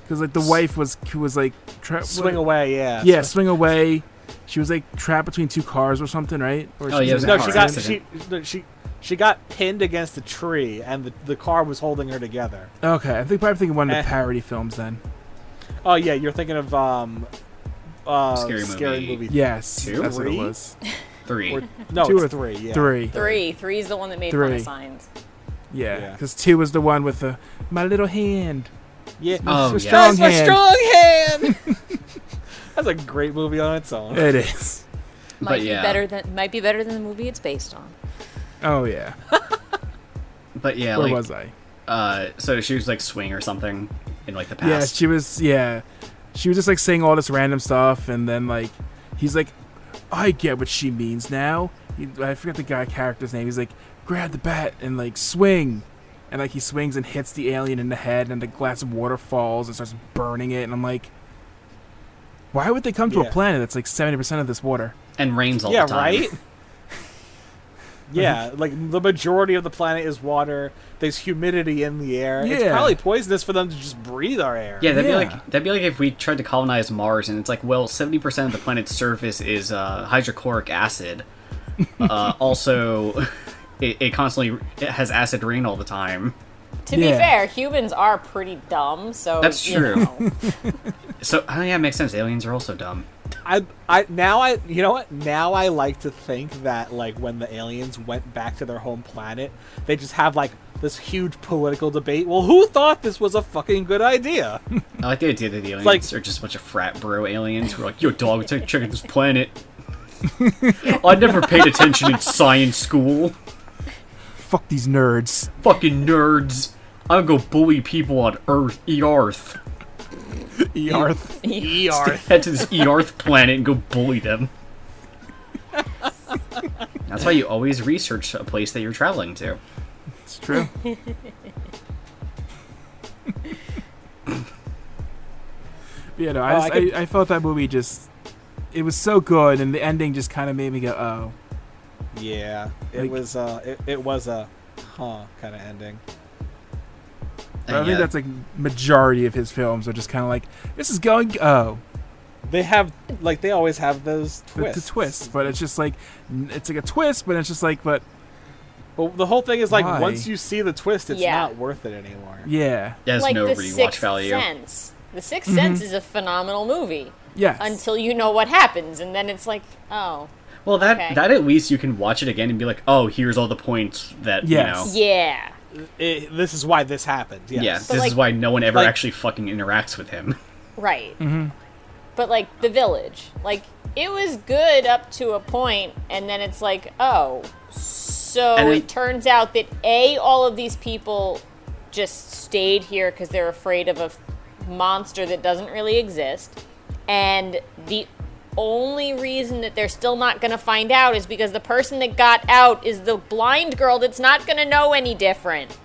because like the wife was who was like, tra-
Swing
what-
away, yeah.
Yeah, swing away. She was like trapped between two cars or something, right? Or
Oh,
she
yeah,
was
it was
in
a
a
No, she
car
got she,
accident.
no, she she got pinned against a tree, and the, the car was holding her together.
car- Okay, I think probably thinking one of the
Eh.
parody films then.
Oh yeah, you're thinking of um, uh,
Scary Movie.
Yes,
Two?
that's what it
Three?
was.
Three.
Or, no,
Two
it's
or
three. Yeah.
Three.
three. Three is the one that made fun
Three.
of signs.
Yeah,
Yeah.
because two was the one with the my little hand.
Yeah.
Oh,
It's a
yeah.
strong
That's my
hand.
strong hand. That's a great movie on its own.
It is.
Might
But
be
yeah.
better than might be better than the movie it's based on.
Oh yeah.
But yeah,
Where
like
was I?
uh, so she was like swing or something in like the past.
Yeah, she was. Yeah, she was just like saying all this random stuff, and then like he's like, "I get what she means now." He, I forget the guy character's name. He's like, "Grab the bat and like swing," and like he swings and hits the alien in the head, and the glass of water falls and starts burning it. And I'm like, "Why would they come to
Yeah.
a planet that's like seventy percent of this water?"
and rains all
yeah,
the time.
right? yeah, like the majority of the planet is water. There's humidity in the air. It's
Yeah.
probably poisonous for them to just breathe our air.
Yeah, that'd
Yeah.
be like that'd be like if we tried to colonize Mars, and it's like, well, seventy percent of the planet's surface is uh, hydrochloric acid. Uh, also, it, it constantly it has acid rain all the time.
To
Yeah.
be fair, humans are pretty dumb, so
That's
you
true.
know.
So, oh yeah, it makes sense. Aliens are also dumb.
I, I now I you know what now I like to think that like when the aliens went back to their home planet, they just have like this huge political debate. Well, who thought this was a fucking good idea?
I like the idea that the aliens
like-
are just a bunch of frat bro aliens who are like, yo, dog, let's take a check out this planet. I never paid attention in science school.
Fuck these nerds.
Fucking nerds. I'll go bully people on Earth, E Earth.
Earth.
ER.
Head to this Earth planet and go bully them. That's why you always research a place that you're traveling to.
It's true. yeah, no, I,
Oh,
just,
I
I,
could-
I, felt that movie just. It was so good, and the ending just kind of made me go, oh.
yeah, it
Like-
was uh it, it was a huh kind of ending.
But I think
And Uh, yeah,
that's like majority of his films are just kind of like this is going oh
They have like they always have those
the, the
twists.
twist, but it's just like n- it's like a twist, but it's just like but
But the whole thing is like
Why?
once you see the twist, it's
Yeah.
not worth it anymore.
yeah
there's
like
no
the
rewatch
Sixth
value.
Sense. The 6th Sense is a phenomenal movie
yes
until you know what happens, and then it's like, oh,
Well, that
Okay.
that at least you can watch it again and be like, oh, here's all the points that
Yes.
you know.
yeah,
It- this is why this happened. Yes.
Yeah, this
like-
is why no one ever
like-
actually fucking interacts with him.
right.
Mm-hmm.
But like the village, like it was good up to a point, and then it's like, oh, so
And
it
then-
turns out that a all of these people just stayed here because they're afraid of a f- monster that doesn't really exist, and the only reason that they're still not going to find out is because the person that got out is the blind girl that's not going to know any different.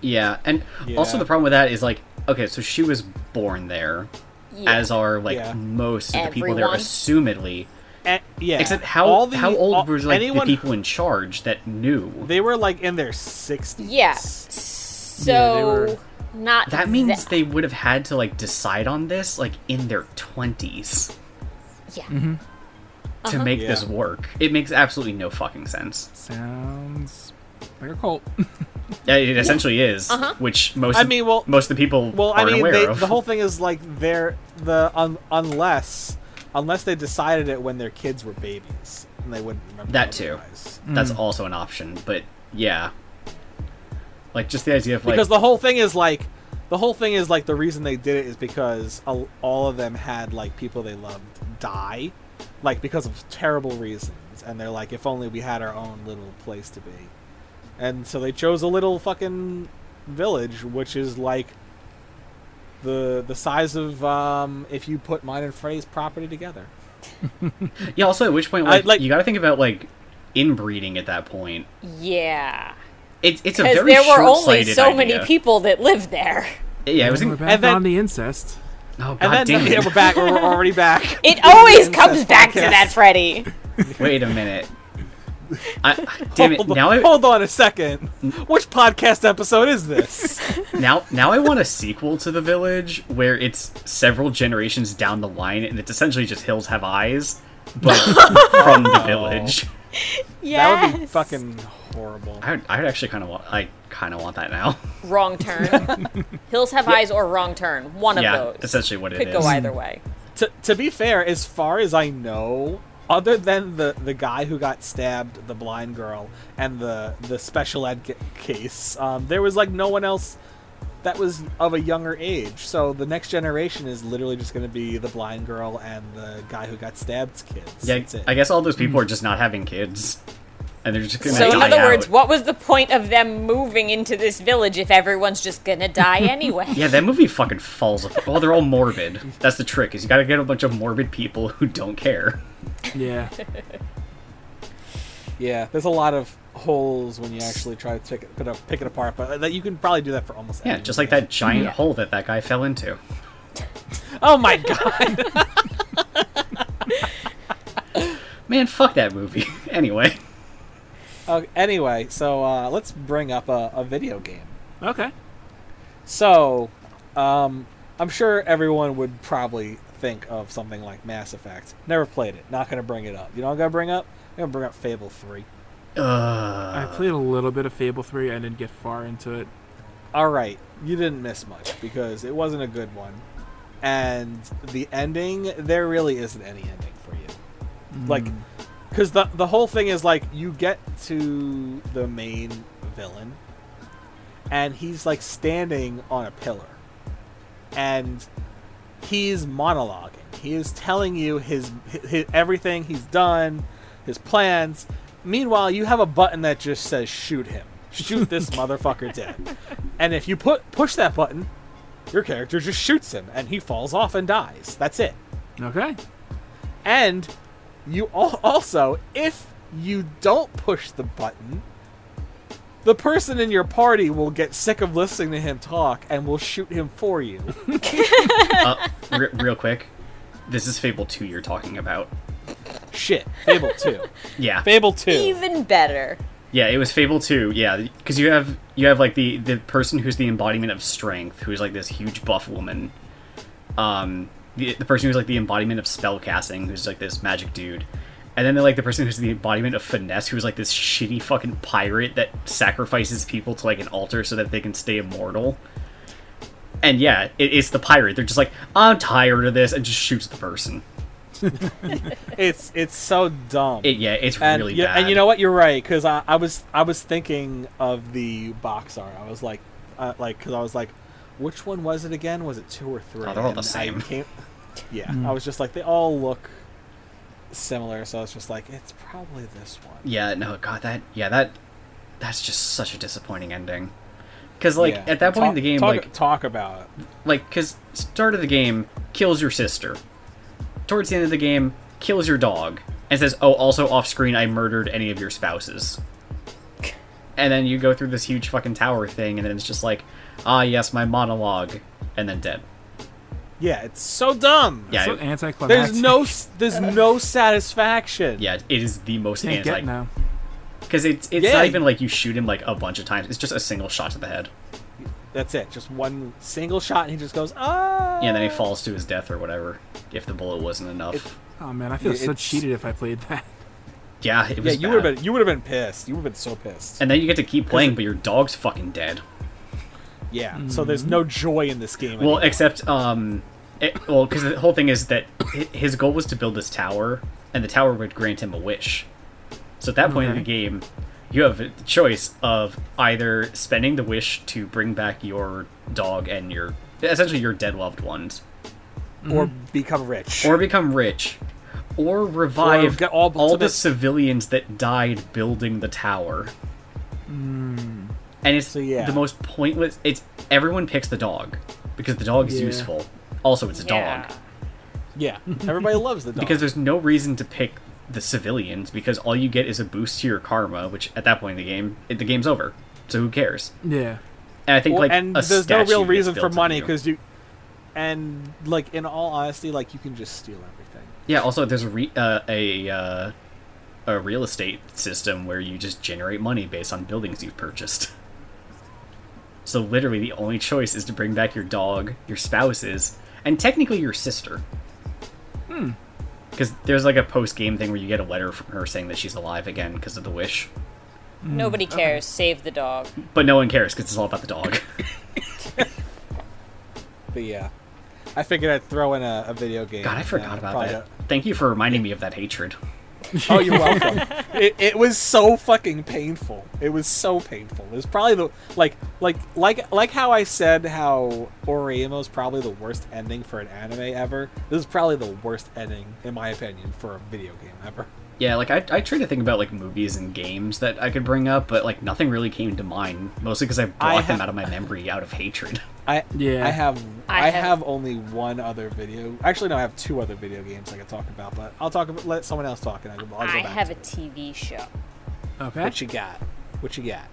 Yeah, and also
Yeah.
the problem with that is like, okay, so she was born there,
Yeah.
as are like
Yeah.
most of the people there,
Everyone.
assumedly.
A- yeah.
Except how
all the,
how old
all-
were like
anyone,
the people in charge that knew?
They were like in their sixties.
Yeah,
Yeah.
they
So
were-
not
that means
that-
they would have had to like decide on this like in their twenties
yeah.
Mm-hmm.
Uh-huh.
to make this
Yeah.
work. It makes absolutely no fucking sense.
sounds like a cult
Yeah, It essentially is,
Uh-huh.
which most
I mean, well-
most of the people
Well, I
aren't
mean,
aware
they,
of.
the whole thing is like they're the un, unless unless they decided it when their kids were babies and they wouldn't remember
That too.
otherwise.
That's also an option, but yeah, like just the idea of like
because the whole thing is like the whole thing is like the reason they did it is because all, all of them had like people they loved die like because of terrible reasons and they're like if only we had our own little place to be and so they chose a little fucking village which is like the the size of um if you put mine and Frey's property together
Yeah. Also, at which point,
I-
like,
like-
you got to think about like inbreeding at that point.
Yeah.
It's it's a
Because
very
there were only
short-sighted
so many
idea.
people that lived there.
Yeah, it was.
we're
In-
back
and then-
on the incest
oh god
and then
damn
yeah, we're
it!
back we're already back
It always
Incest
comes back to
podcast.
that, Freddy.
Wait a minute. I, damn it!
hold, on-
Now I Mm.
hold on a second which podcast episode is this
now now I want a sequel to The Village where it's several generations down the line and it's essentially just hills have eyes, but from the
Oh.
village.
Yes.
That would be fucking horrible.
I would, I would actually kind of want I kind of want that now.
wrong turn. Hills have eyes or wrong turn. One
yeah,
of those.
essentially what it is.
Could go either way.
To, to be fair, as far as I know, other than the, the guy who got stabbed, the blind girl, and the, the special ed ca- case, um, there was like no one else that was of a younger age. So the next generation is literally just going to be the blind girl and the guy who got stabbed's kids.
Yeah,
That's it.
I guess all those people are just not having kids, and they're just gonna
Hmm. So, in
die
other words,
out.
what was the point of them moving into this village if everyone's just gonna die anyway?
Yeah, that movie fucking falls. apart. Well, they're all morbid. That's the trick is you gotta get a bunch of morbid people who don't care.
Yeah.
yeah, there's a lot of holes when you actually try to pick it, pick it, pick it apart, but uh, that you can probably do that for almost
Yeah,
any
just like
movie.
that giant hole that that guy fell into.
Oh my god.
Man, fuck that movie. anyway,
okay, anyway, so uh, let's bring up a, a video game.
Okay.
So, um, I'm sure everyone would probably think of something like Mass Effect. Never played it. Not gonna bring it up. You know what I'm gonna bring up? I'm gonna bring up Fable Three.
I
uh,
played a little bit of Fable 3. I didn't get far into it.
All right, you didn't miss much because it wasn't a good one, and the ending there really isn't any ending for you. Like 'cause Like, because the the whole thing is like you get to the main villain, and he's like standing on a pillar, and he's monologuing. He is telling you his, his everything he's done, his plans. Meanwhile, you have a button that just says "shoot him, shoot this motherfucker dead," and if you put push that button, your character just shoots him, and he falls off and dies. That's it.
Okay.
And you al- also, if you don't push the button, the person in your party will get sick of listening to him talk and will shoot him for you.
uh, re- real quick, this is Fable Two you're talking about.
Shit, Fable 2.
Yeah,
Fable 2.
Even better.
Yeah, it was Fable Two. Yeah, because you have you have like the the person who's the embodiment of strength, who's like this huge buff woman. Um, the, the person who's like the embodiment of spell casting, who's like this magic dude, and then they're like the person who's the embodiment of finesse, who's like this shitty fucking pirate that sacrifices people to like an altar so that they can stay immortal. And yeah, it, it's the pirate. They're just like, I'm tired of this, and just shoots the person.
It's it's so dumb.
It, yeah, it's
and
really
you,
bad.
and you know what? You're right because I, I was I was thinking of the box art. I was like, uh, like because I was like, which one was it again? Was it two or three?
Oh, they're all
And
the
I
same.
came- yeah, I was just like they all look similar, so I was just like, it's probably this one.
Yeah, no, God, that yeah, that that's just such a disappointing ending. Because like
Yeah.
at that point
Talk-
in the game,
talk,
like
talk about it.
like because start of the game kills your sister. Towards the end of the game, kills your dog and says, "Oh, also off screen, I murdered any of your spouses." And then you go through this huge fucking tower thing, and then it's just like, "Ah, yes, my monologue," and then dead.
Yeah, it's so dumb.
Yeah,
so
it-
anticlimactic.
There's no s- there's no satisfaction.
Yeah, it is the most
Can't
anti
get now.
because it's it's
Yeah.
not even like you shoot him like a bunch of times. It's just a single shot to the head,
that's it. Just one single shot, and he just goes ah.
and then he falls to his death or whatever if the bullet wasn't enough.
It's-
Oh man, I feel
Yeah,
so
it's-
cheated if I played that.
Yeah, it
Yeah,
was
you
bad.
would have been you would have been pissed. You would have been so pissed.
And then you get to keep playing, but your dog's fucking dead.
Yeah. So there's no joy in this game.
Mm. Well,
anymore.
except um, it, well, because the whole thing is that hi- his goal was to build this tower, and the tower would grant him a wish. So at that point in the
Okay.
game, you have a choice of either spending the wish to bring back your dog and your essentially your dead loved ones,
or become rich.
mm-hmm. or become rich, or revive
get all
the
ultimate-
civilians that died building the tower. And it's
Hmm. So, yeah.
the most pointless. It's everyone picks the dog because the dog is
Yeah.
useful. Also, it's a
Yeah.
dog
yeah. Everybody loves the dog.
because there's no reason to pick the civilians because all you get is a boost to your karma, which at that point in the game, it, the game's over. So who cares?
Yeah.
And I think
Well,
like
and
a
there's no
statue
real
gets
reason
built
for
of
money
you.
because you. And like in all honesty, like you can just steal everything.
Yeah, also there's a re- uh, a uh, a real estate system where you just generate money based on buildings you've purchased. So literally the only choice is to bring back your dog, your spouses, and technically your sister. Hmm. Cuz there's like a post game thing where you get a letter from her saying that she's alive again because of the wish.
Nobody cares. Save the dog.
But no one cares cuz it's all about the dog.
But yeah, I figured I'd throw in a, a video game.
God, I forgot
and
about
probably
that. Thank you for reminding me of that hatred.
Oh, you're welcome. it, it was so fucking painful. It was so painful. It was probably the like like like like how I said how Oremo is probably the worst ending for an anime ever. This is probably the worst ending in my opinion for a video game ever.
Yeah, like I, I try to think about like movies and games that I could bring up, but like nothing really came to mind. Mostly because I blocked
have-
them out of my memory out of hatred.
I
Yeah.
I have
I
I,
have-
have, only one other video. Actually, no, I have two other video games I could talk about, but I'll talk about let someone else talk and I will I'll go
I
back
have
to
a
it.
TV show.
Okay.
What you got? What you got?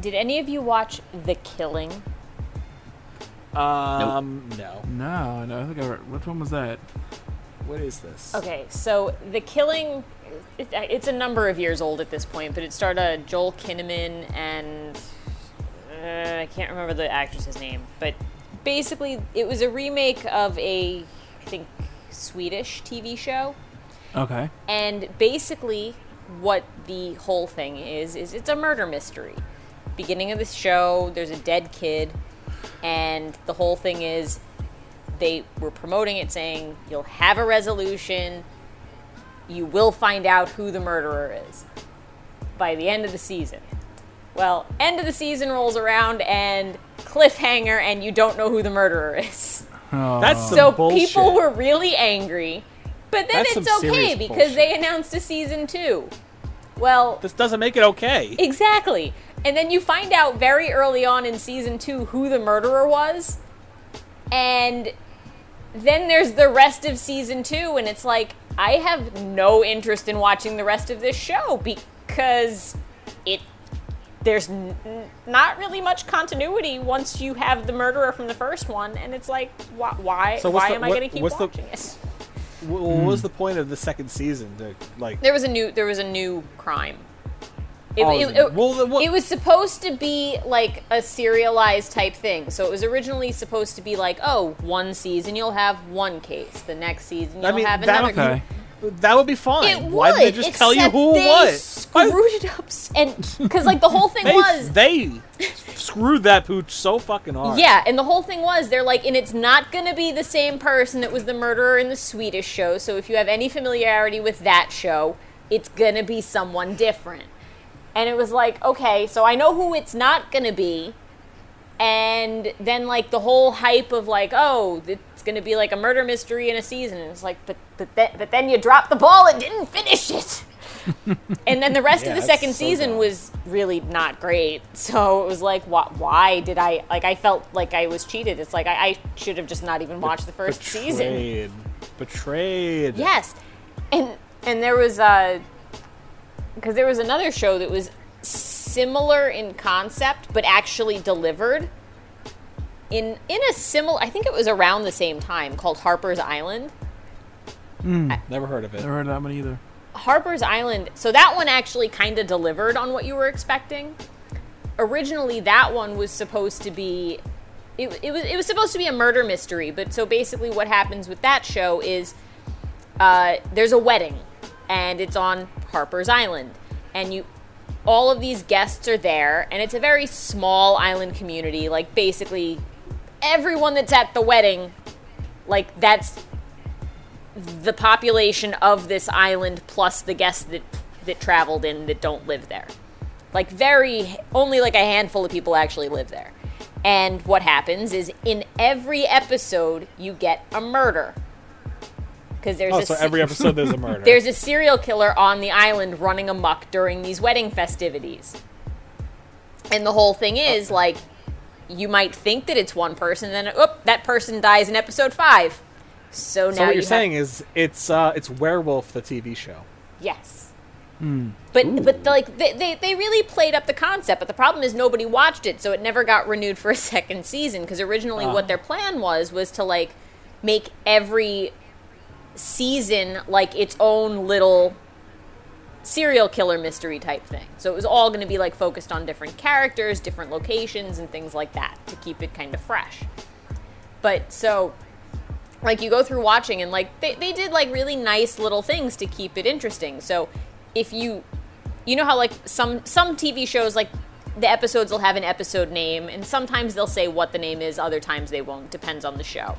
Did any of you watch The Killing?
Um, no.
No, no. I think I. re- Which one was that?
What is this?
Okay, so The Killing, it, it's a number of years old at this point, but it starred uh, Joel Kinnaman and uh, I can't remember the actress's name, but basically it was a remake of a I think Swedish TV show.
Okay.
And basically, what the whole thing is is it's a murder mystery. Beginning of the show, there's a dead kid, and the whole thing is they were promoting it, saying you'll have a resolution, you will find out who the murderer is by the end of the season. Well, end of the season rolls around and cliffhanger, and you don't know who the murderer is.
Oh,
That's some
So
bullshit.
people were really angry, but then
That's
it's
some
okay
serious
because
bullshit.
they announced a season two. Well,
This doesn't make it okay.
exactly. And then you find out very early on in season two who the murderer was, and then there's the rest of season two, and it's like I have no interest in watching the rest of this show because it there's n- n- not really much continuity once you have the murderer from the first one, and it's like why why,
So what's
why
the-
am I
what-
going to keep
what's the-
watching it?
Wh- What was the point of the second season? To, like,
There was a new there was a new crime. It,
Oh,
it-
it was a-
it-
well, the- what-
it was supposed to be like a serialized type thing. So it was originally supposed to be like, oh, one season you'll have one case, the next season you'll
I mean,
have
that,
another.
okay.
that would be fine.
It would.
Why did they just tell you
except
who
they
it was?
Screwed it up, s- and because like the whole thing
they,
was
they screwed that pooch so fucking hard.
Yeah, and the whole thing was they're like, and it's not gonna be the same person that was the murderer in the Swedish show. So if you have any familiarity with that show, it's gonna be someone different. And it was like, okay, so I know who it's not gonna be. And then like the whole hype of like, oh, it's gonna be like a murder mystery in a season. And it's like, but but then, but then you dropped the ball and didn't finish it. and then the rest
Yeah,
of the
that's
second
so
season
dumb.
was was really not great. So it was like, why, why did I like? I felt like I was cheated. It's like I, I should have just not even watched the first season.
Betrayed. Betrayed.
Yes, and and there was uh, because there was another show that was similar in concept, but actually delivered in in a similar. I think it was around the same time called Harper's Island.
Never heard of it.
Never heard of that one either.
Harper's Island. So that one actually kind of delivered on what you were expecting. Originally, that one was supposed to be. It, it was it was supposed to be a murder mystery, but so basically, what happens with that show is uh, there's a wedding, and it's on Harper's Island, and you all of these guests are there, and it's a very small island community. Like basically, everyone that's at the wedding, like that's the population of this island plus the guests that that traveled in that don't live there. Like very only like a handful of people actually live there. And what happens is in every episode you get a murder. Cuz there's
Oh,
a
so
se-
every episode there's a murder.
there's a serial killer on the island running amok during these wedding festivities. And the whole thing is like you might think that it's one person and then oop, that person dies in episode 5. So now
so what
you
you're
have-
saying is it's uh, it's Werewolf the TV show.
Yes. But but like they, they they really played up the concept, but the problem is nobody watched it, so it never got renewed for a second season because originally what their plan was was to like make every season like its own little serial killer mystery type thing. So it was all going to be like focused on different characters, different locations and things like that to keep it kind of fresh. But so like you go through watching and like they, they did like really nice little things to keep it interesting so if you you know how like some some tv shows like the episodes will have an episode name and sometimes they'll say what the name is other times they won't depends on the show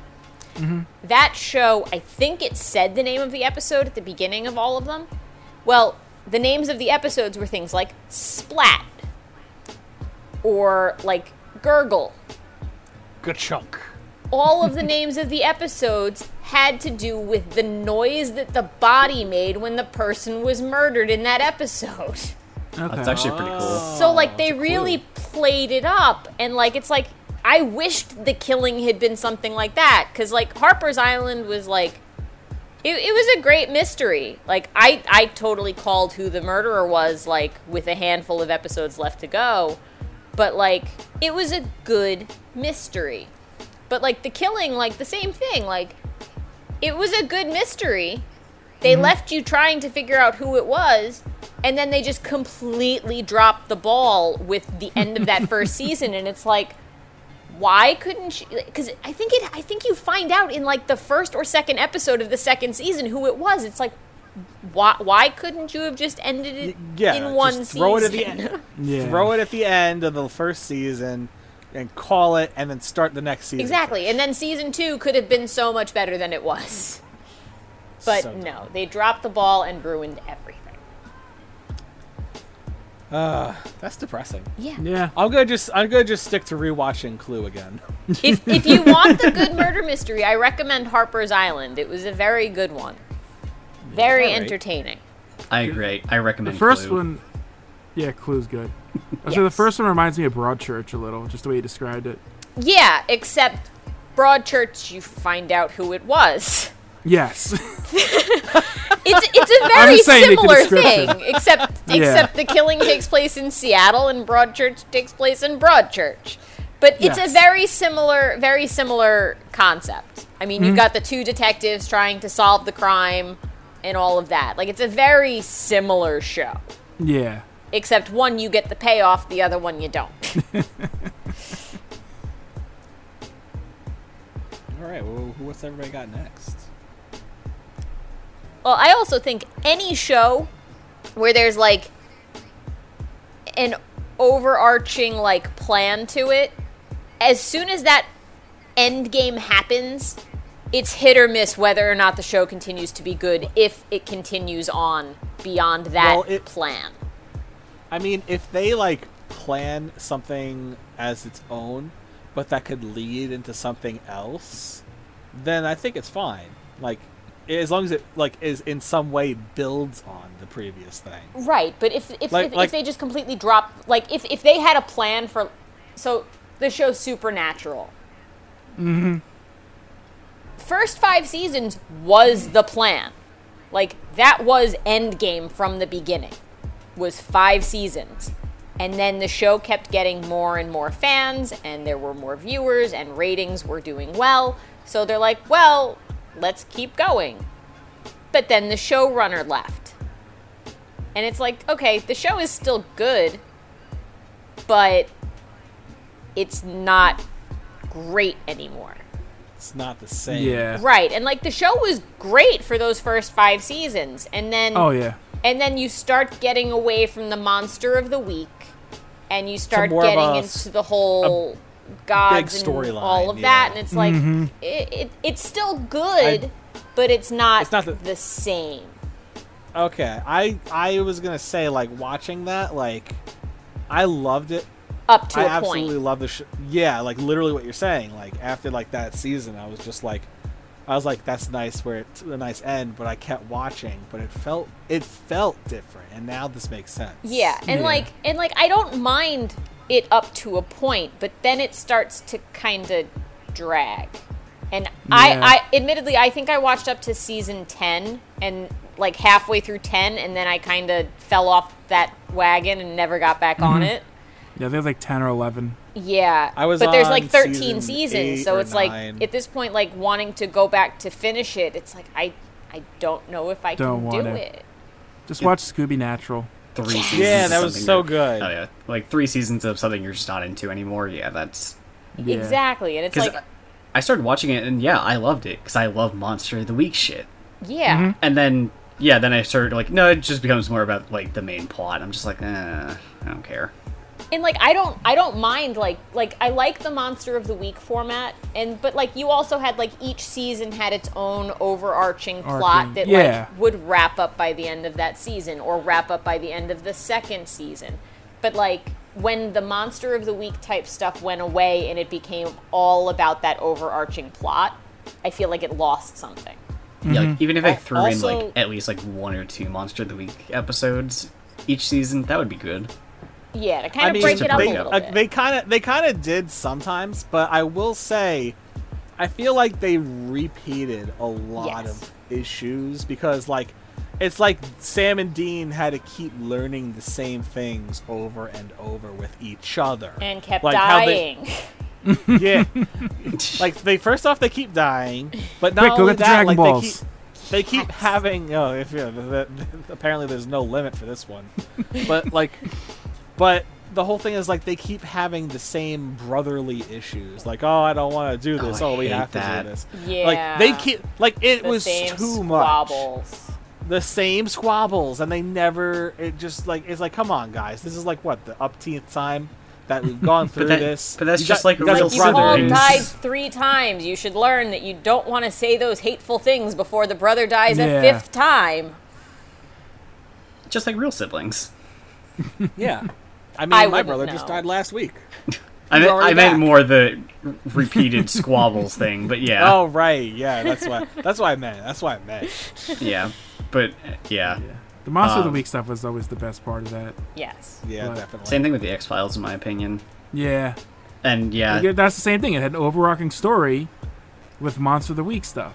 that show i think it said the name of the episode at the beginning of all of them Well, the names of the episodes were things like Splat or like Gurgle.
Good chunk.
All of the names of the episodes had to do with the noise that the body made when the person was murdered in that episode.
Okay.
That's actually pretty cool.
So like they
Oh, that's a
really
clue.
played it up, and like it's like I wished the killing had been something like that, because like Harper's Island was like, it, it was a great mystery. Like I I totally called who the murderer was, like with a handful of episodes left to go, but like it was a good mystery. But like the killing, like the same thing, like it was a good mystery. They
Mm-hmm.
left you trying to figure out who it was, and then they just completely dropped the ball with the end of that first season, and it's like, why couldn't you? Because I think it, I think you find out in like the first or second episode of the second season who it was. It's like, why, why couldn't you have just ended it
Yeah,
in one
just
season?
throw it at the end.
Yeah.
Throw it at the end of the first season, and call it, and then start the next season.
Exactly. And then season two could have been so much better than it was. But
So
no, they dropped the ball and ruined everything.
That's depressing.
Yeah.
Yeah.
I'm gonna just I'm gonna just stick to rewatching Clue again.
If, if you want the good murder mystery, I recommend Harper's Island. It was a very good one. Very
All right.
entertaining.
I agree. I
The
recommend
first
Clue.
one. Yeah, Clue's good. So the first one reminds me of Broadchurch a little, just the way you described it.
Yeah, except Broadchurch, you find out who it was.
Yes.
It's, it's a very
just saying, make the
similar
description.
thing, except except the killing takes place in Seattle and Broadchurch takes place in Broadchurch. But it's
Yes.
a very similar very similar concept. I mean, you've got the two detectives trying to solve the crime and all of that. Like it's a very similar show.
yeah.
except one you get the payoff, the other one you don't.
All right, well, who- what's everybody got next?
well, I also think any show where there's like an overarching like plan to it, as soon as that end game happens, it's hit or miss whether or not the show continues to be good if it continues on beyond that
Well, it-
plan.
I mean, if they like plan something as its own, but that could lead into something else, then I think it's fine. Like as long as it like is in some way builds on the previous thing.
Right, but if if,
Like-
if,
like-
if they just completely drop like if if they had a plan for so the show Supernatural. Mm-hmm. First five seasons was the plan. Like that was endgame from the beginning. Was five seasons. And then the show kept getting more and more fans and there were more viewers and ratings were doing well. So they're like, well, let's keep going. But then the showrunner left. And it's like, okay, the show is still good, but it's not great anymore.
It's not the same.
Yeah.
Right. And like the show was great for those first 5 seasons and then
Oh yeah.
and then you start getting away from the monster of the week and you start
more of
getting
a s-
into the whole gods
big
and
storyline,
all of
yeah. Mm-hmm.
that and it's like it, it, it's still good, but it's not,
It's not the-
the same.
Okay. I I was going to say like watching that like I loved it
Up to
I
a
absolutely
point.
love the show. Yeah, like literally what you're saying. Like after like that season, I was just like, I was like, that's nice where it's a nice end, but I kept watching, but it felt it felt different, and now this makes sense.
Yeah, and
Yeah.
like and like I don't mind it up to a point, but then it starts to kind of drag. And
Yeah.
I, I admittedly I think I watched up to season 10 and like halfway through 10 and then I kind of fell off that wagon and never got back on it.
Yeah, they have like ten or eleven.
Yeah.
Mm-hmm. I was
but there's like
on
13
season
seasons,
eight
so
or
it's
nine.
like at this point like wanting to go back to finish it, it's like I I don't know if I
Don't
can
want
do
it.
it.
Just watch Scooby Natural.
three seasons.
Yeah,
of
that was
something
so
you're-
good.
Oh, yeah. Like three seasons of something you're just not into anymore. Yeah, that's
Yeah.
Exactly. And it's
because
like uh
I started watching it and yeah, I loved it because I love Monster of the Week shit.
yeah.
Mm-hmm.
And then yeah, then I started like no, it just becomes more about like the main plot. I'm just like, eh, I don't care.
and like I don't I don't mind like like I like the monster of the week format and but like you also had like each season had its own overarching
Arcing,
plot that
yeah.
like would wrap up by the end of that season or wrap up by the end of the second season. But like when the monster of the week type stuff went away and it became all about that overarching plot, I feel like it lost something.
Yeah, like, even if I
Al-
threw in
also-
like at least like one or two Monster of the Week episodes each season, that would be good.
Yeah, to kind of
mean,
break
to
it up
break
a
it
little
uh,
bit.
They kind of they kind of did sometimes, but I will say, I feel like they repeated a lot
Yes.
of issues because like it's like Sam and Dean had to keep learning the same things over and over with each other
and kept
like how they-
dying.
yeah. like they first off they keep dying, but not
Quick, go
only
get the
that,
Dragon
like
Balls.
they keep they keep having oh if yeah, the, the, apparently there's no limit for this one, but like but the whole thing is like they keep having the same brotherly issues like oh I don't want to do this
Oh, I
oh, we
hate
have
that.
to do this
Yeah.
like they keep like it
the
was
same
too much
squabbles.
the same squabbles and they never it just like it's like come on guys this is like what the upteenth time that we've gone through
that-
this
but that's
You
just
got-
like
you guys
real
are
You've all
brothers.
died three times. You should learn that you don't want to say those hateful things before the brother dies
Yeah.
a fifth time.
Just like real siblings.
Yeah. I mean, my
I wouldn't
brother just
know.
died last week.
I meant,
already
I meant
back.
more the r- repeated squabbles thing, but yeah,
Oh right, yeah, that's why. That's why I meant. That's why I meant.
yeah, but uh, yeah.
Yeah. The monster of the
Um,
week stuff was always the best part of that.
Yes.
Yeah,
Right.
definitely.
Same thing with the X Files, in my opinion.
Yeah.
And yeah,
Like, that's the same thing. It had an overarching story with monster of the week stuff.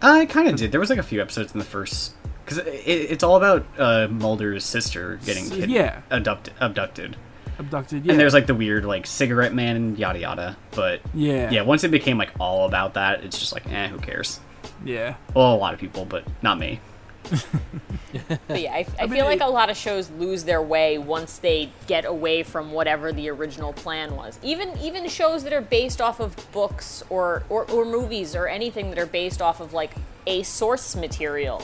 I kind of did. There was like a few episodes in the first because it, it's all about uh, Mulder's sister getting
S-
kid-
yeah.
abduct- abducted,
Abducted. Yeah.
and there's like the weird like cigarette man and yada yada. But
yeah.
yeah, once it became like all about that, it's just like eh, who cares?
Yeah.
Well, a lot of people, but not me.
But yeah, I, I
mean,
feel like
it-
a lot of shows lose their way once they get away from whatever the original plan was. Even even shows that are based off of books or or, or movies or anything that are based off of like a source material.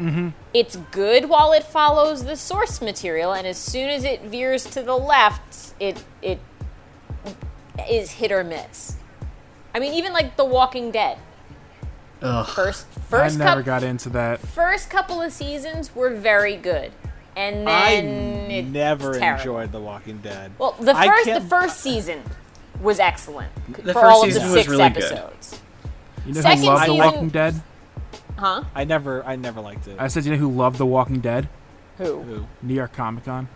Mm-hmm. It's good while it follows the source material, and as soon as it veers to the left, it it is hit or miss. I mean, even like The Walking Dead.
Ugh.
First, first,
I never
cup-
got into that.
first couple of seasons were very good, and
I
then it's
never
terrible.
enjoyed The Walking Dead.
Well, the
I
first the
can't-
first season was excellent
The
for
first
all of the
season was
six
really good.
episodes,
You know
Second
who loved The
season-
Walking Dead?
huh?
I never, I never liked it.
I said, you know who loved The Walking Dead?
Who?
Ooh.
New York Comic Con.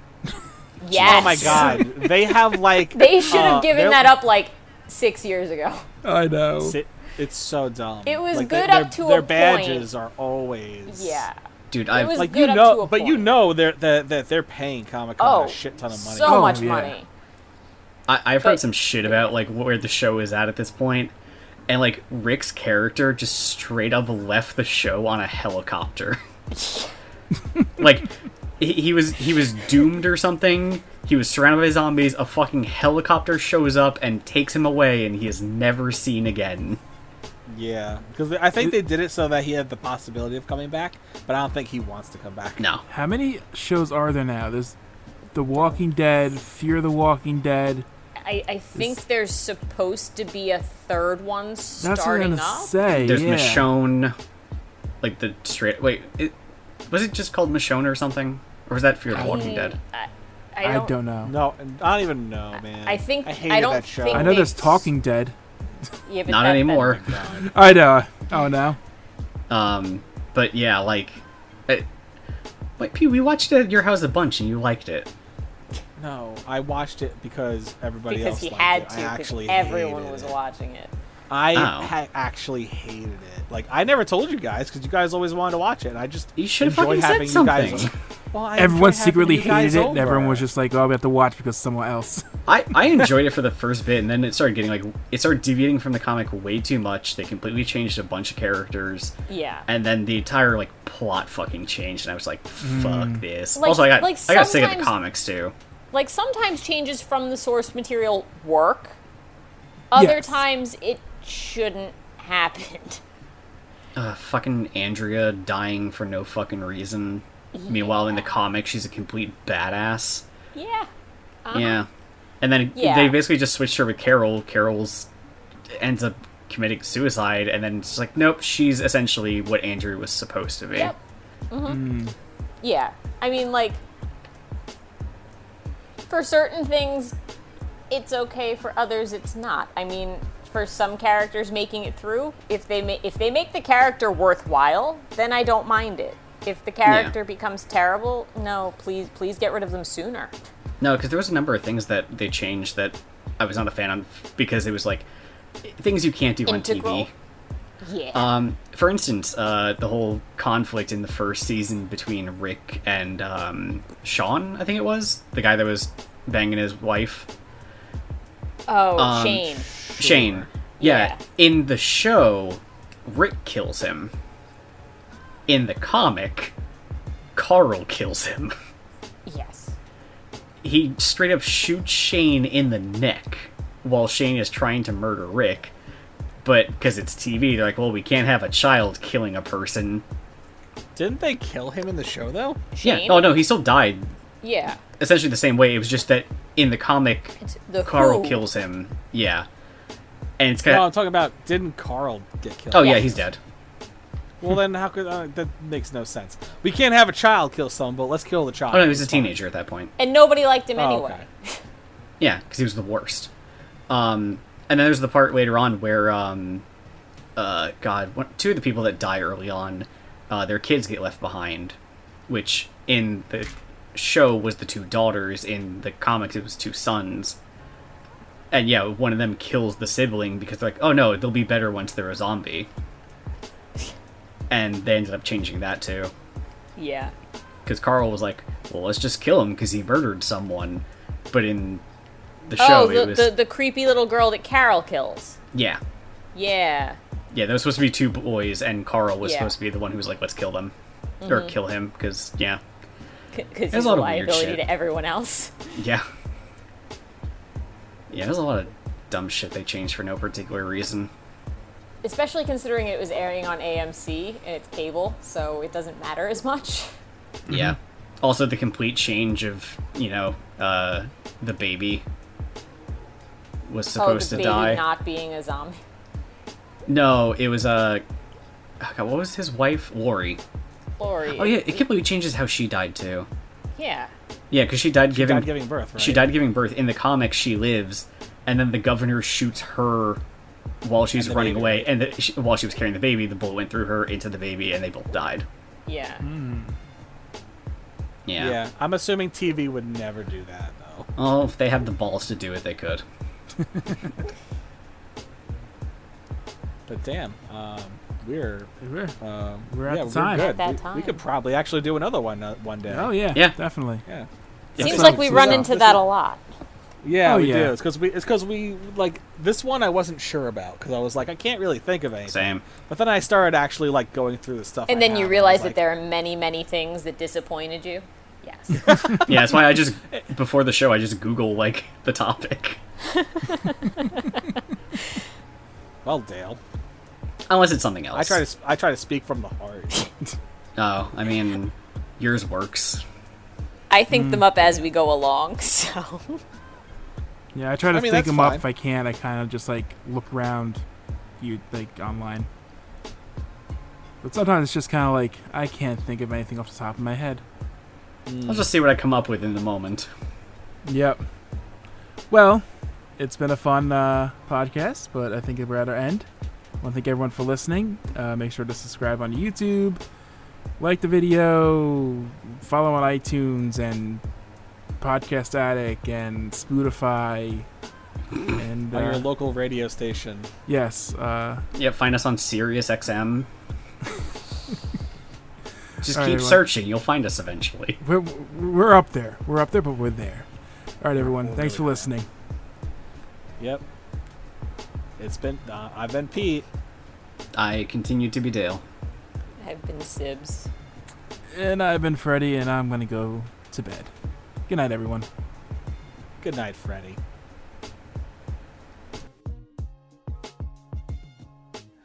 Yes.
Oh my god, they have like
They should have
uh,
given
they're-
that up like six years ago.
I know.
si- It's so dumb.
It was
Like, they-
good up
their-
to a
Their
point.
badges are always
Yeah.
Dude, I
was-
like
Like
good
you
up to
know,
a
but you
point.
know they're that they're, they're paying Comic Con
Oh,
a shit ton of money.
So
Oh,
much
yeah.
money.
I, I've heard
but-
some shit about like where the show is at at this point, and like Rick's character just straight up left the show on a helicopter. like he, he was he was doomed or something. He was surrounded by zombies. A fucking helicopter shows up and takes him away, and he is never seen again.
yeah, because I think they did it so that he had the possibility of coming back, but I don't think he wants to come back.
No,
How many shows are there now? There's The Walking Dead, Fear the Walking Dead.
I, I think there's supposed to be a third one
That's what I'm
starting
gonna
up.
say.
there's
yeah.
Michonne, like the straight. Wait, it, was it just called Michonne or something, or was that Fear the Walking Dead?
I,
I don't, know.
No, I don't even know, man.
I think- I
hated
don't
that show.
think
I know there's
Thanks.
Talking Dead.
Yeah, but
Not
that- that-
anymore.
I know. Oh no.
Um, but yeah, like, it, like Pete, we watched it at your house a bunch, and you liked it.
No, I watched it because everybody
because
else
he
liked
had
it. I
to, because
actually
everyone
hated
was
it.
watching it.
I
Oh.
ha- actually hated it. Like I never told you guys because you guys always wanted to watch it, and I just
You should have
enjoy
fucking said
having you guys.
something.
Well, I
Everyone
enjoy having
secretly
you guys
hated it, and everyone
over.
was just like, "Oh, we have to watch because someone else."
I I enjoyed it for the first bit, and then it started getting like it started deviating from the comic way too much. They completely changed a bunch of characters,
Yeah.
and then the entire like plot fucking changed, and I was like, fuck this.
Like-
also, I got
like
I got sick of the
sometimes-
comics too.
like sometimes changes from the source material work other
Yes.
times it shouldn't happen
Uh, fucking Andrea dying for no fucking reason. Meanwhile, in the comic, she's a complete badass.
yeah Uh-huh.
Yeah. And then
Yeah.
they basically just switched her with Carol. Carol's ends up committing suicide, and then it's like, nope, she's essentially what Andrew was supposed to be.
Yep. Mm-hmm.
Mm.
Yeah. I mean, like, for certain things, it's okay. For others, it's not. I mean, for some characters making it through, if they ma- if they make the character worthwhile, then I don't mind it. If the character becomes terrible, no, please please get rid of them sooner.
No, because there was a number of things that they changed that I was not a fan of because it was like things you can't do on
Integral.
TV.
Yeah.
Um, for instance, uh, the whole conflict in the first season between Rick and um, Sean, I think it was the guy that was banging his wife.
oh,
um,
Shane.
Shane. Yeah.
Yeah.
In the show, Rick kills him. In the comic, Carl kills him.
Yes.
He straight up shoots Shane in the neck while Shane is trying to murder Rick. But because it's TV, they're like, well, we can't have a child killing a person.
Didn't they kill him in the show though?
Shane.
Yeah. Oh, no, he still died
Yeah.
essentially the same way. It was just that in the comic,
It's the
Carl
who.
kills him. Yeah. And it's
No,
kind
I'm
of.
talking about didn't Carl get killed?
Oh, yeah,
Yes.
he's dead.
Well, then how could uh, that makes no sense? We can't have a child kill someone, but let's kill the child.
Oh, no, he was a
It's fine.
teenager at that point.
And nobody liked him
Oh,
anyway.
okay.
Yeah, because he was the worst. Um, and then there's the part later on where, um, uh, God, one, two of the people that die early on, uh, their kids get left behind, which in the show was the two daughters. In the comics, it was two sons. And yeah, one of them kills the sibling because they're like, oh no, they'll be better once they're a zombie. And they ended up changing that too
Yeah.
because Carl was like, well, let's just kill him because he murdered someone. But in the show,
Oh, the,
it was
the the creepy little girl that Carol kills.
yeah,
Yeah.
yeah. There was supposed to be two boys, and Carl was
Yeah. Mm-hmm.
supposed to be the one who was like, let's kill them or kill him because yeah,
Because
There's
he's
a
a
lot of weird
liability
shit.
to everyone else.
yeah, yeah. There's a lot of dumb shit they changed for no particular reason.
Especially considering it was airing on AMC and it's cable, so it doesn't matter as much.
Yeah. Also, the complete change of you know uh, the baby was supposed
oh, the
to
baby
die.
not being a zombie.
No, it was uh, oh God, what was his wife, Lori?
Glory.
Oh yeah, it completely changes how she died too.
Yeah.
Yeah, because she died
Died
giving
giving birth. Right?
she died giving birth. In the comics, she lives, and then the governor shoots her while she's
And the
running
baby.
away, and the, she, while she was carrying the baby, the bullet went through her into the baby, and they both died.
Yeah.
Mm. Yeah.
Yeah. I'm assuming TV would never do that though.
Oh, if they had the balls to do it, they could.
But damn, um, we're um,
We're at
yeah,
the time.
Good.
At that
We- We,
time.
could probably actually do another one uh, one day.
Oh yeah,
Yeah.
definitely.
yeah.
Yeah,
Seems
so-
like we
so-
run
so-
into that a lot.
Yeah,
Oh,
we
yeah.
do. It's because we it's because we like this one. I wasn't sure about because I was like, I can't really think of anything.
Same.
But then I started actually like going through the stuff.
And
I
then
have,
you
I
realize
was
that
like,
there are many, many things that disappointed you. Yes.
Yeah, that's why I just before the show I just Google like the topic,
Well, Dale,
unless it's something else.
I try to sp- I try to speak from the heart.
Oh, I mean, yours works.
I think them up as we go along, so.
Yeah, I try to
I mean,
think
that's
them up
fine.
if I can. I kind of just like look around, you like online. But sometimes it's just kind of like I can't think of anything off the top of my head.
Hmm. Mm.
I'll just see what I come up with in the moment.
Yep. Well, it's been a fun uh, podcast, but I think we're at our end. I want to thank everyone for listening. Uh, make sure to subscribe on YouTube, like the video, follow on iTunes and Podcast Addict and Spotify. And
on your
uh,
local radio station.
yes, uh,
Yep, find us on SiriusXM. Just
All right,
keep
everyone.
searching, you'll find us eventually.
we're we're up there. We're up there, but we're there. All right, everyone.
We're
Thanks for
really there.
listening.
Yep. It's been uh, I've been Pete.
I continue to be Dale.
I've been Sibs.
And I've been Freddie, and I'm gonna go to bed. Good night, everyone.
Good night, Freddy.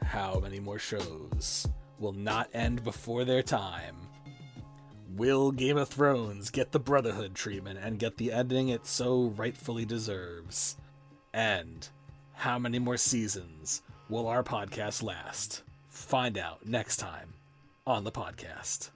How many more shows will not end before their time? Will Game of Thrones get the Brotherhood treatment and get the ending it so rightfully deserves? And how many more seasons will our podcast last? Find out next time on the podcast.